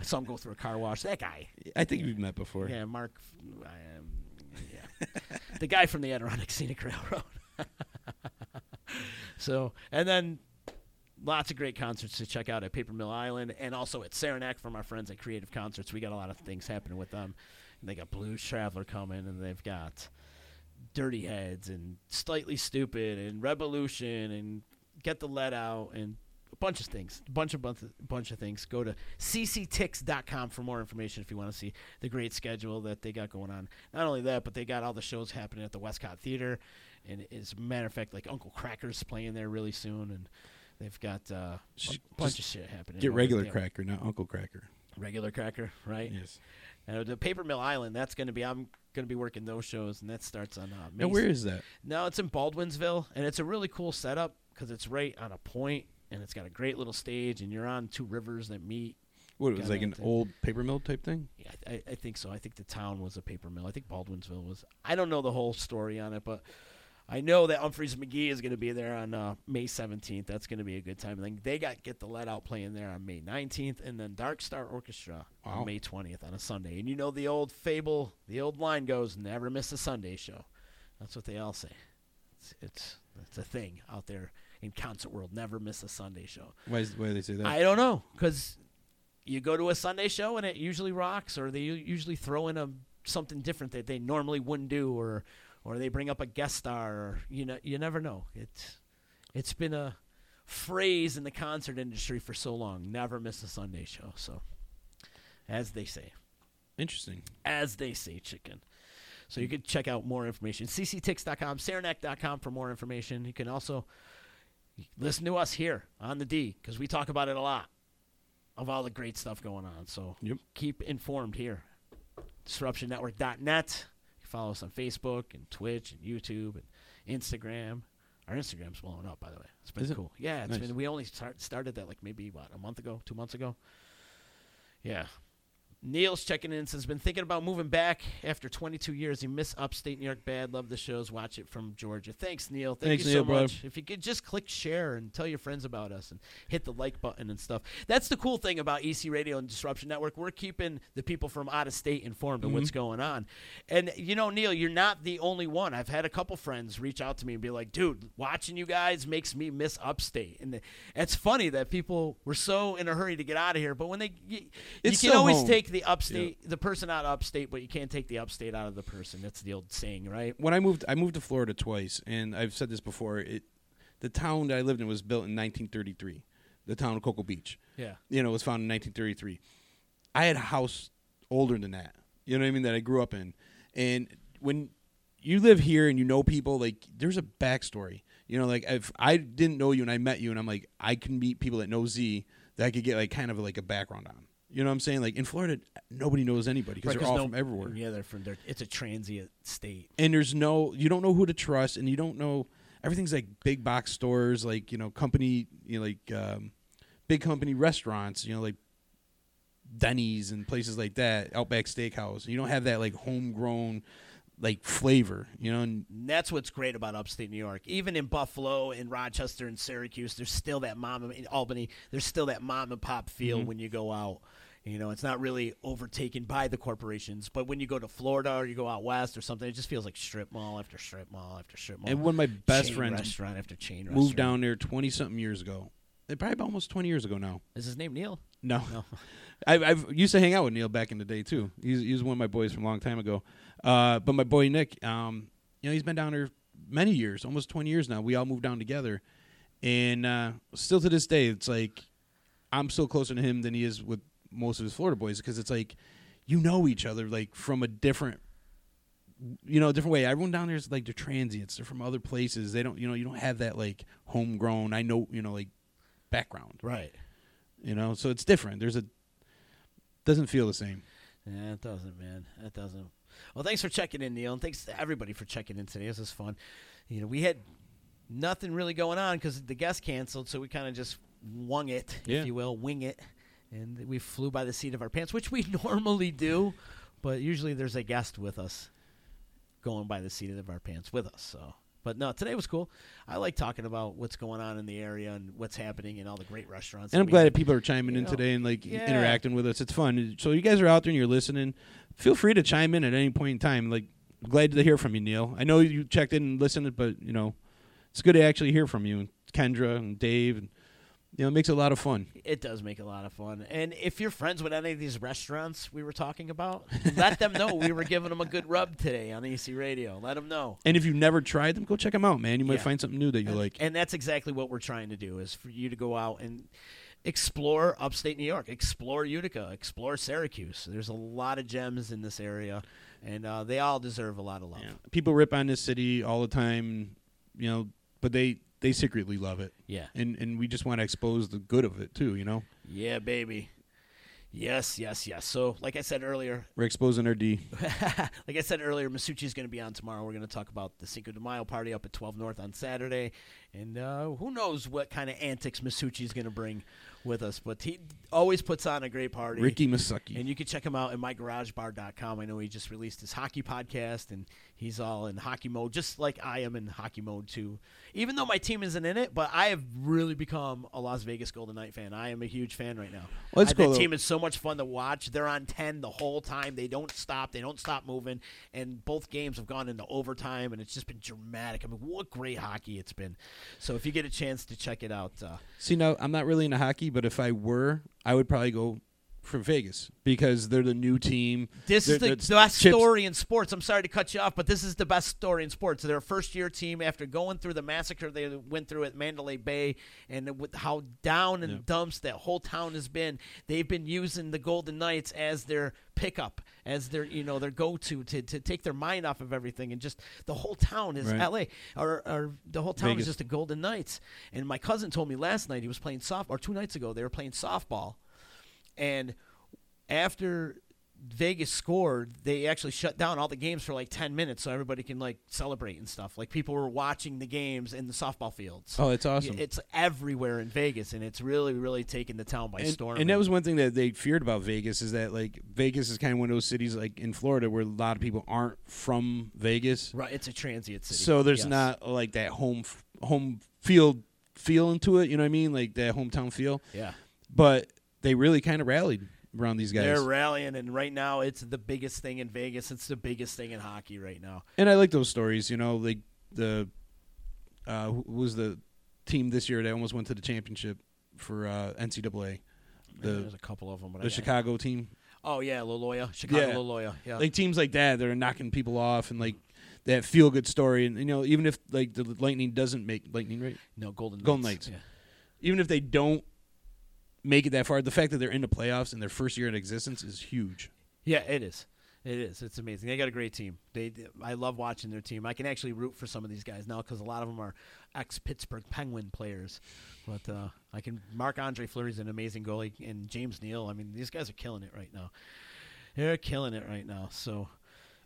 I saw him go through a car wash. That guy,
I think we've met before.
yeah, Mark, I, um, yeah, the guy from the Adirondack Scenic Railroad. so, and then lots of great concerts to check out at Paper Mill Island, and also at Saranac from our friends at Creative Concerts. We got a lot of things happening with them. And they got Blues Traveler coming, and they've got Dirty Heads and Slightly Stupid and Revolution and Get the Let Out and a bunch of things. A bunch of bunch of, bunch of things. Go to cctix.com for more information if you want to see the great schedule that they got going on. Not only that, but they got all the shows happening at the Westcott Theater. And as a matter of fact, like Uncle Cracker's playing there really soon. And they've got uh, a
Sh-
bunch
just
of shit happening.
Get
over
regular
there.
cracker, not Uncle Cracker.
Regular Cracker, right?
Yes.
Uh, the Paper Mill Island, that's going to be, I'm going to be working those shows, and that starts on uh, May
Now, where is that?
No, it's in Baldwinsville, and it's a really cool setup because it's right on a point, and it's got a great little stage, and you're on two rivers that meet.
What, it was
Got
like
it,
an
I think.
old paper mill type thing?
Yeah, I, I- I think so. I think the town was a paper mill. I think Baldwinsville was. I don't know the whole story on it, but I know that Humphreys McGee is going to be there on uh, May 17th. That's going to be a good time. And then they got Get the Let Out playing there on May 19th, and then Dark Star Orchestra
Wow.
on May 20th on a Sunday. And you know the old fable, the old line goes, never miss a Sunday show. That's what they all say. It's it's, it's a thing out there in concert world. Never miss a Sunday show.
Why, is, why do they say that?
I don't know because you go to a Sunday show and it usually rocks, or they u- usually throw in a something different that they normally wouldn't do, or or they bring up a guest star, or you know, you never know. It's it's been a phrase in the concert industry for so long. Never miss a Sunday show. So, as they say
Interesting.
as they say chicken. So you can check out more information. cctix.com, saranac.com for more information. You can also listen to us here on the D because we talk about it a lot of all the great stuff going on. So
Yep.
keep informed here. DisruptionNetwork.net. You can follow us on Facebook and Twitch and YouTube and Instagram. Our Instagram's blowing up, by the way. It's been
Is it?
cool. Yeah, it's
Nice.
been. We only start, started that like maybe what a month ago, two months ago. Yeah. Neil's checking in says been thinking about moving back after 22 years. He missed upstate New York bad. Love the shows. Watch it from Georgia. Thanks, Neil. Thank
Thanks,
you so
Neil, brother.
much. If you could just click share and tell your friends about us and hit the like button and stuff. That's the cool thing about EC Radio and Disruption Network. We're keeping the people from out of state informed of
Mm-hmm.
what's going on. And you know, Neil, you're not the only one. I've had a couple friends reach out to me and be like, "Dude, watching you guys makes me miss upstate." And it's funny that people were so in a hurry to get out of here, but when they you,
It's
you can
so
always
home.
take take the upstate, the person out of upstate, but you can't take the upstate out of the person. That's the old saying, right?
when I moved, I moved to Florida twice, and I've said this before. It, the town that I lived in was built in 1933. The town of Cocoa Beach.
Yeah.
you know, was founded in 1933. I had a house older than that. You know what I mean? That I grew up in, and when you live here and you know people, like there's a backstory. You know, like if I didn't know you and I met you, and I'm like, I can meet people that know Z that I could get like kind of like a background on. You know what I'm saying? Like in Florida, nobody knows anybody because
Right,
they're all
no-
from everywhere
Yeah, they're from. They're, it's a transient state.
and there's no you don't know who to trust and you don't know everything's like big box stores like you know company you know like um, big company restaurants you know like denny's and places like that outback steakhouse you don't have that like homegrown like flavor you know and
And that's what's great about upstate New York. Even in Buffalo and Rochester and Syracuse, there's still that mom and- in Albany. There's still that mom and pop feel
Mm-hmm.
when you go out. You know, it's not really overtaken by the corporations. But when you go to Florida or you go out west or something, it just feels like strip mall after strip mall after strip mall.
And one of my best
chain
friends
restaurant after chain restaurant.
moved down there 20 something years ago Eh, probably about almost 20 years ago now
Is his name Neil?
No,
No.
I, I've used to hang out with Neil back in the day too. He's he was one of my boys from a long time ago. Uh, but my boy Nick, um, you know, he's been down there many years, almost twenty years now. We all moved down together, and uh, still to this day, it's like I'm still closer to him than he is with most of his Florida boys because it's like you know each other like from a different. You know, different way. Everyone down there is like they're transients. They're from other places. They don't, you know, you don't have that like homegrown. I know, you know, like background
Right.
you know so it's different there's a doesn't feel the same
Yeah, it doesn't, man. It doesn't. Well, thanks for checking in, Neil, and thanks to everybody for checking in today. This was fun. You know, we had nothing really going on because the guest canceled, so we kind of just wung it,
Yeah.
if you will, wing it, and we flew by the seat of our pants, which we normally do, but usually there's a guest with us going by the seat of our pants with us. So, but no, today was cool. I like talking about what's going on in the area and what's happening and all the great restaurants.
and i'm
we
glad
have.
that people are chiming
You
in
know,
today and like
yeah.
interacting with us it's fun so you guys are out there and you're listening feel free to chime in at any point in time like glad to hear from you neil i know you checked in and listened but you know it's good to actually hear from you and kendra and dave and you know it makes it a lot of fun
It does make a lot of fun. And if you're friends with any of these restaurants we were talking about, let them know we were giving them a good rub today on EC Radio. Let them know.
and if you've never tried them go check them out man you might
Yeah.
find something new that you like
And that's exactly what we're trying to do is for you to go out and explore upstate New York, explore Utica, explore Syracuse. There's a lot of gems in this area, and uh, they all deserve a lot of love.
Yeah. people rip on this city all the time you know but they they secretly love it
Yeah.
and and we just want to expose the good of it too you know
yeah baby. Yes, yes, yes. So, like I said earlier,
We're exposing our D.
like I said earlier, Masucci is going to be on tomorrow. We're going to talk about the Cinco de Mayo party up at 12 North on Saturday, and uh, who knows what kind of antics Masucci is going to bring with us. But he always puts on a great party.
Ricky Masaki.
And you can check him out at mygaragebar.com. I know he just released his hockey podcast, and he's all in hockey mode, just like I am in hockey mode too. Even though my team isn't in it, but I have really become a Las Vegas Golden Knight fan. I am a huge fan right now.
Well, that's
I- that
cool, though.
team is so much fun to watch. They're on ten the whole time. They don't stop. They don't stop moving. And both games have gone into overtime, and it's just been dramatic. I mean, what great hockey it's been. So if you get a chance to check it out, uh,
See, now I'm not really into hockey, but if I were, I would probably go for Vegas because they're the new team.
This
They're-
is the,
they're-
the best
Chips-
story in sports. I'm sorry to cut you off, but this is the best story in sports. They're a first year team after going through the massacre they went through at Mandalay Bay and with how down in the dumps that whole town has been. They've been using the Golden Knights as their pickup, as their you know their go to to to take their mind off of everything and just the whole town is
Right.
L.A. or or the whole town is
Vegas.
just the Golden Knights. And my cousin told me last night he was playing soft or two nights ago they were playing softball and after Vegas scored, they actually shut down all the games for like ten minutes so everybody can like celebrate and stuff. Like people were watching the games in the softball fields.
Oh, that's awesome.
It's everywhere in Vegas, and it's really, really taken the town by
and,
storm.
and that was one thing that they feared about Vegas is that like Vegas is kind of one of those cities like in Florida where a lot of people aren't from Vegas,
right. It's a transient city,
so there's
Yes.
not like that home f- home field feel into it. You know what I mean? Like that hometown feel.
Yeah.
But they really kind of rallied around these guys,
They're rallying, and right now it's the biggest thing in Vegas. It's the biggest thing in hockey right now.
and I like those stories. You know, like the uh, who was the team this year that almost went to the championship for uh, NCAA, the
There's a couple of them, but I
the
got-
Chicago team.
Oh yeah, Loloya, Chicago
Yeah.
Loloya. Yeah,
like teams like that that are knocking people off and like that feel good story and you know even if like the lightning doesn't make lightning right
no Golden
Golden
Knights.
Knights. even if they don't make it that far the fact that they're in the playoffs in their first year in existence is huge
Yeah. yeah, it is. It is. It's amazing. They got a great team. They, they- I love watching their team. I can actually root for some of these guys now because a lot of them are ex Pittsburgh Penguin players. But uh, I can. Mark Andre Fleury's an amazing goalie, and James Neal. I mean, these guys are killing it right now. They're killing it right now. So.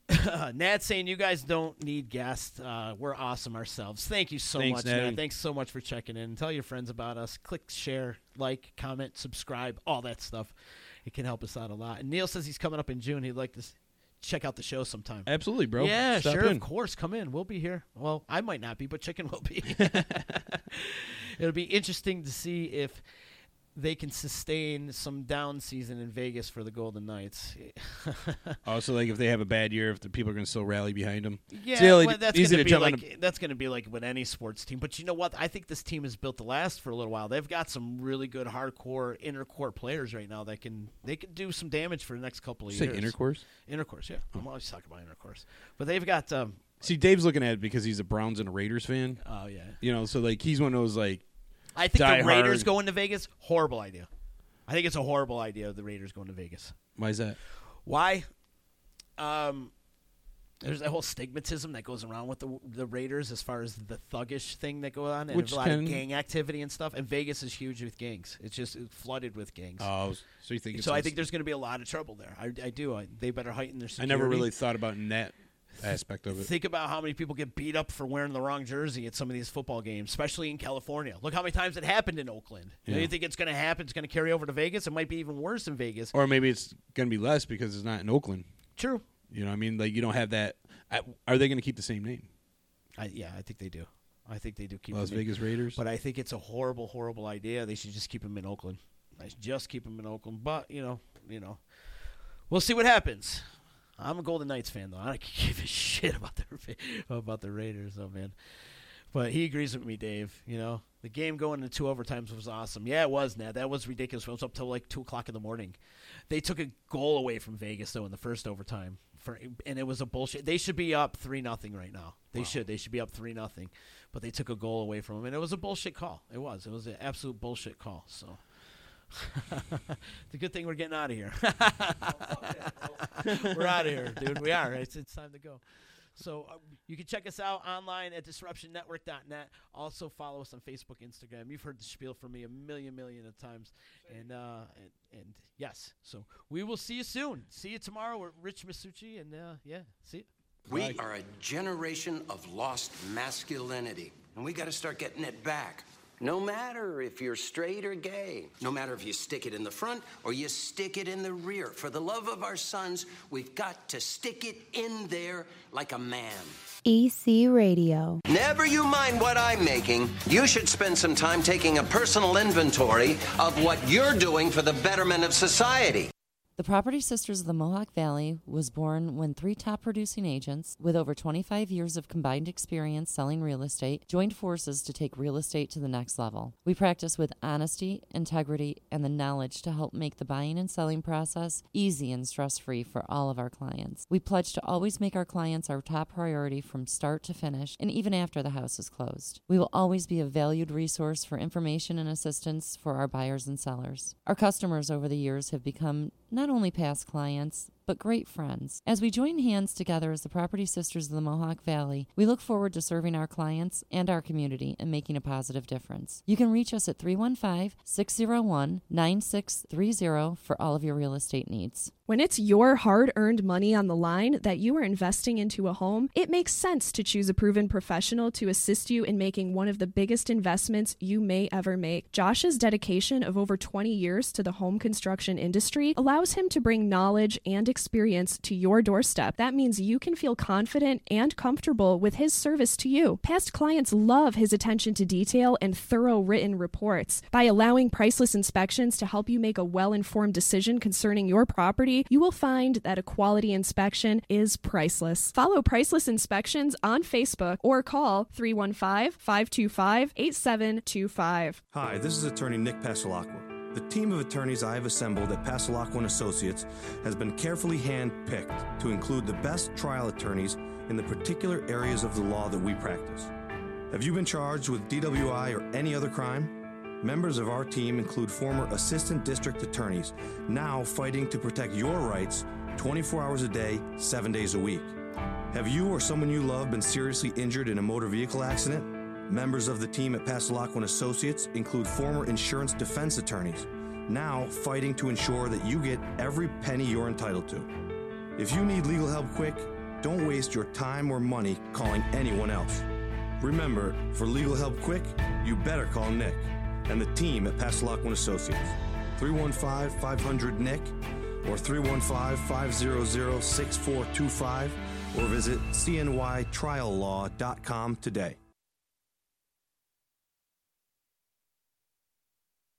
Nat's saying you guys don't need guests. Uh, we're awesome ourselves. Thank you so
Thanks,
much,
Natty.
Nat. Thanks so much for checking in. Tell your friends about us. Click share, like, comment, subscribe, all that stuff. It can help us out a lot. And Neil says he's coming up in June. He'd like to s- check out the show sometime.
absolutely bro
Yeah,
Stop
sure,
in.
of course. Come in. We'll be here. Well, I might not be, but Chicken will be. It'll be interesting to see if they can sustain some down season in Vegas for the Golden Knights.
also like if they have a bad year if the people are going to still rally behind them
Yeah,
it's really
well, that's
easy
gonna
to
be
jump on
like that's gonna be like with any sports team. But you know what? I think this team is built to last for a little while. They've got some really good hardcore intercore players right now that can they can do some damage for the next couple
a,
of
say Oh.
years.
intercourse
intercourse. Yeah, I'm always talking about intercourse. But they've got um,
see dave's looking at it because he's a browns and a raiders fan
oh yeah.
you know so like he's one of those like
I think
Die
the Raiders
hard.
going to Vegas horrible idea. I think it's a horrible idea. The Raiders going to Vegas.
why is that
Why? Um, there's that whole stigmatism that goes around with the the Raiders as far as the thuggish thing that goes on, and
Which
a lot
can-
of gang activity and stuff. And Vegas is huge with gangs; it's just flooded with gangs.
oh so you think it's
so I
us?
think there's going to be a lot of trouble there. I, I do. I, they better heighten their
i
security.
never really thought about in that aspect of it
Think about how many people get beat up for wearing the wrong jersey at some of these football games, especially in California. Look how many times it happened in Oakland. Do
Yeah.
You think it's going to happen? It's going to carry over to Vegas? It might be even worse in Vegas.
or maybe it's going to be less because it's not in Oakland.
True.
You know, what I mean, like you don't have that. I, are they going to keep the same name,
I, yeah, I think they do. I think they do keep
Las
them in.
Vegas Raiders?
But I think it's a horrible, horrible idea. They should just keep him in Oakland. They should just keep him in Oakland. But you know, you know, we'll see what happens. I'm a Golden Knights fan though. I don't give a shit about the about the Raiders though, man. But he agrees with me, Dave. You know, the game going to two overtimes was awesome. Yeah, it was, Nat. That was ridiculous. It was up till like two o'clock in the morning. They took a goal away from Vegas though in the first overtime, for, and it was a bullshit. They should be up three nothing right now. They should. They should be up three nothing, but they took a goal away from them, and it was a bullshit call. It was. It was an absolute bullshit call. So. it's a good thing we're getting out of here. we're out of here, dude. We are. It's, it's time to go. So uh, you can check us out online at disruptionnetwork.net. Also follow us on Facebook, Instagram. You've heard the spiel from me a million, million of times. And uh, and, and yes, so we will see you soon. See you tomorrow. We're Rich Masucci, and uh, yeah, see you.
We are a generation of lost masculinity, and we got to start getting it back. No matter if you're straight or gay, no matter if you stick it in the front or you stick it in the rear, for the love of our sons, we've got to stick it in there like a man.
EC Radio.
Never you mind what I'm making. You should spend some time taking a personal inventory of what you're doing for the betterment of society.
The Property Sisters of the Mohawk Valley was born when three top producing agents with over 25 years of combined experience selling real estate joined forces to take real estate to the next level. We practice with honesty, integrity, and the knowledge to help make the buying and selling process easy and stress free for all of our clients. We pledge to always make our clients our top priority from start to finish and even after the house is closed. We will always be a valued resource for information and assistance for our buyers and sellers. Our customers over the years have become not only past clients, but great friends. As we join hands together as the Property Sisters of the Mohawk Valley, we look forward to serving our clients and our community and making a positive difference. You can reach us at 315 601 9630 for all of your real estate needs.
When it's your hard earned money on the line that you are investing into a home, it makes sense to choose a proven professional to assist you in making one of the biggest investments you may ever make. Josh's dedication of over 20 years to the home construction industry allows him to bring knowledge and experience to your doorstep. That means you can feel confident and comfortable with his service to you. Past clients love his attention to detail and thorough written reports. By allowing priceless inspections to help you make a well informed decision concerning your property, you will find that a quality inspection is priceless. Follow Priceless Inspections on Facebook or call 315 525 8725.
Hi, this is attorney Nick Pasalacqua. The team of attorneys I have assembled at Pasalacqua and Associates has been carefully handpicked to include the best trial attorneys in the particular areas of the law that we practice. Have you been charged with DWI or any other crime? Members of our team include former assistant district attorneys, now fighting to protect your rights 24 hours a day, 7 days a week. Have you or someone you love been seriously injured in a motor vehicle accident? Members of the team at Passalacqua Associates include former insurance defense attorneys, now fighting to ensure that you get every penny you're entitled to. If you need legal help quick, don't waste your time or money calling anyone else. Remember, for legal help quick, you better call Nick and the team at Passalacqua Associates. 315 500 NICK or 315 500 6425 or visit cnytriallaw.com today.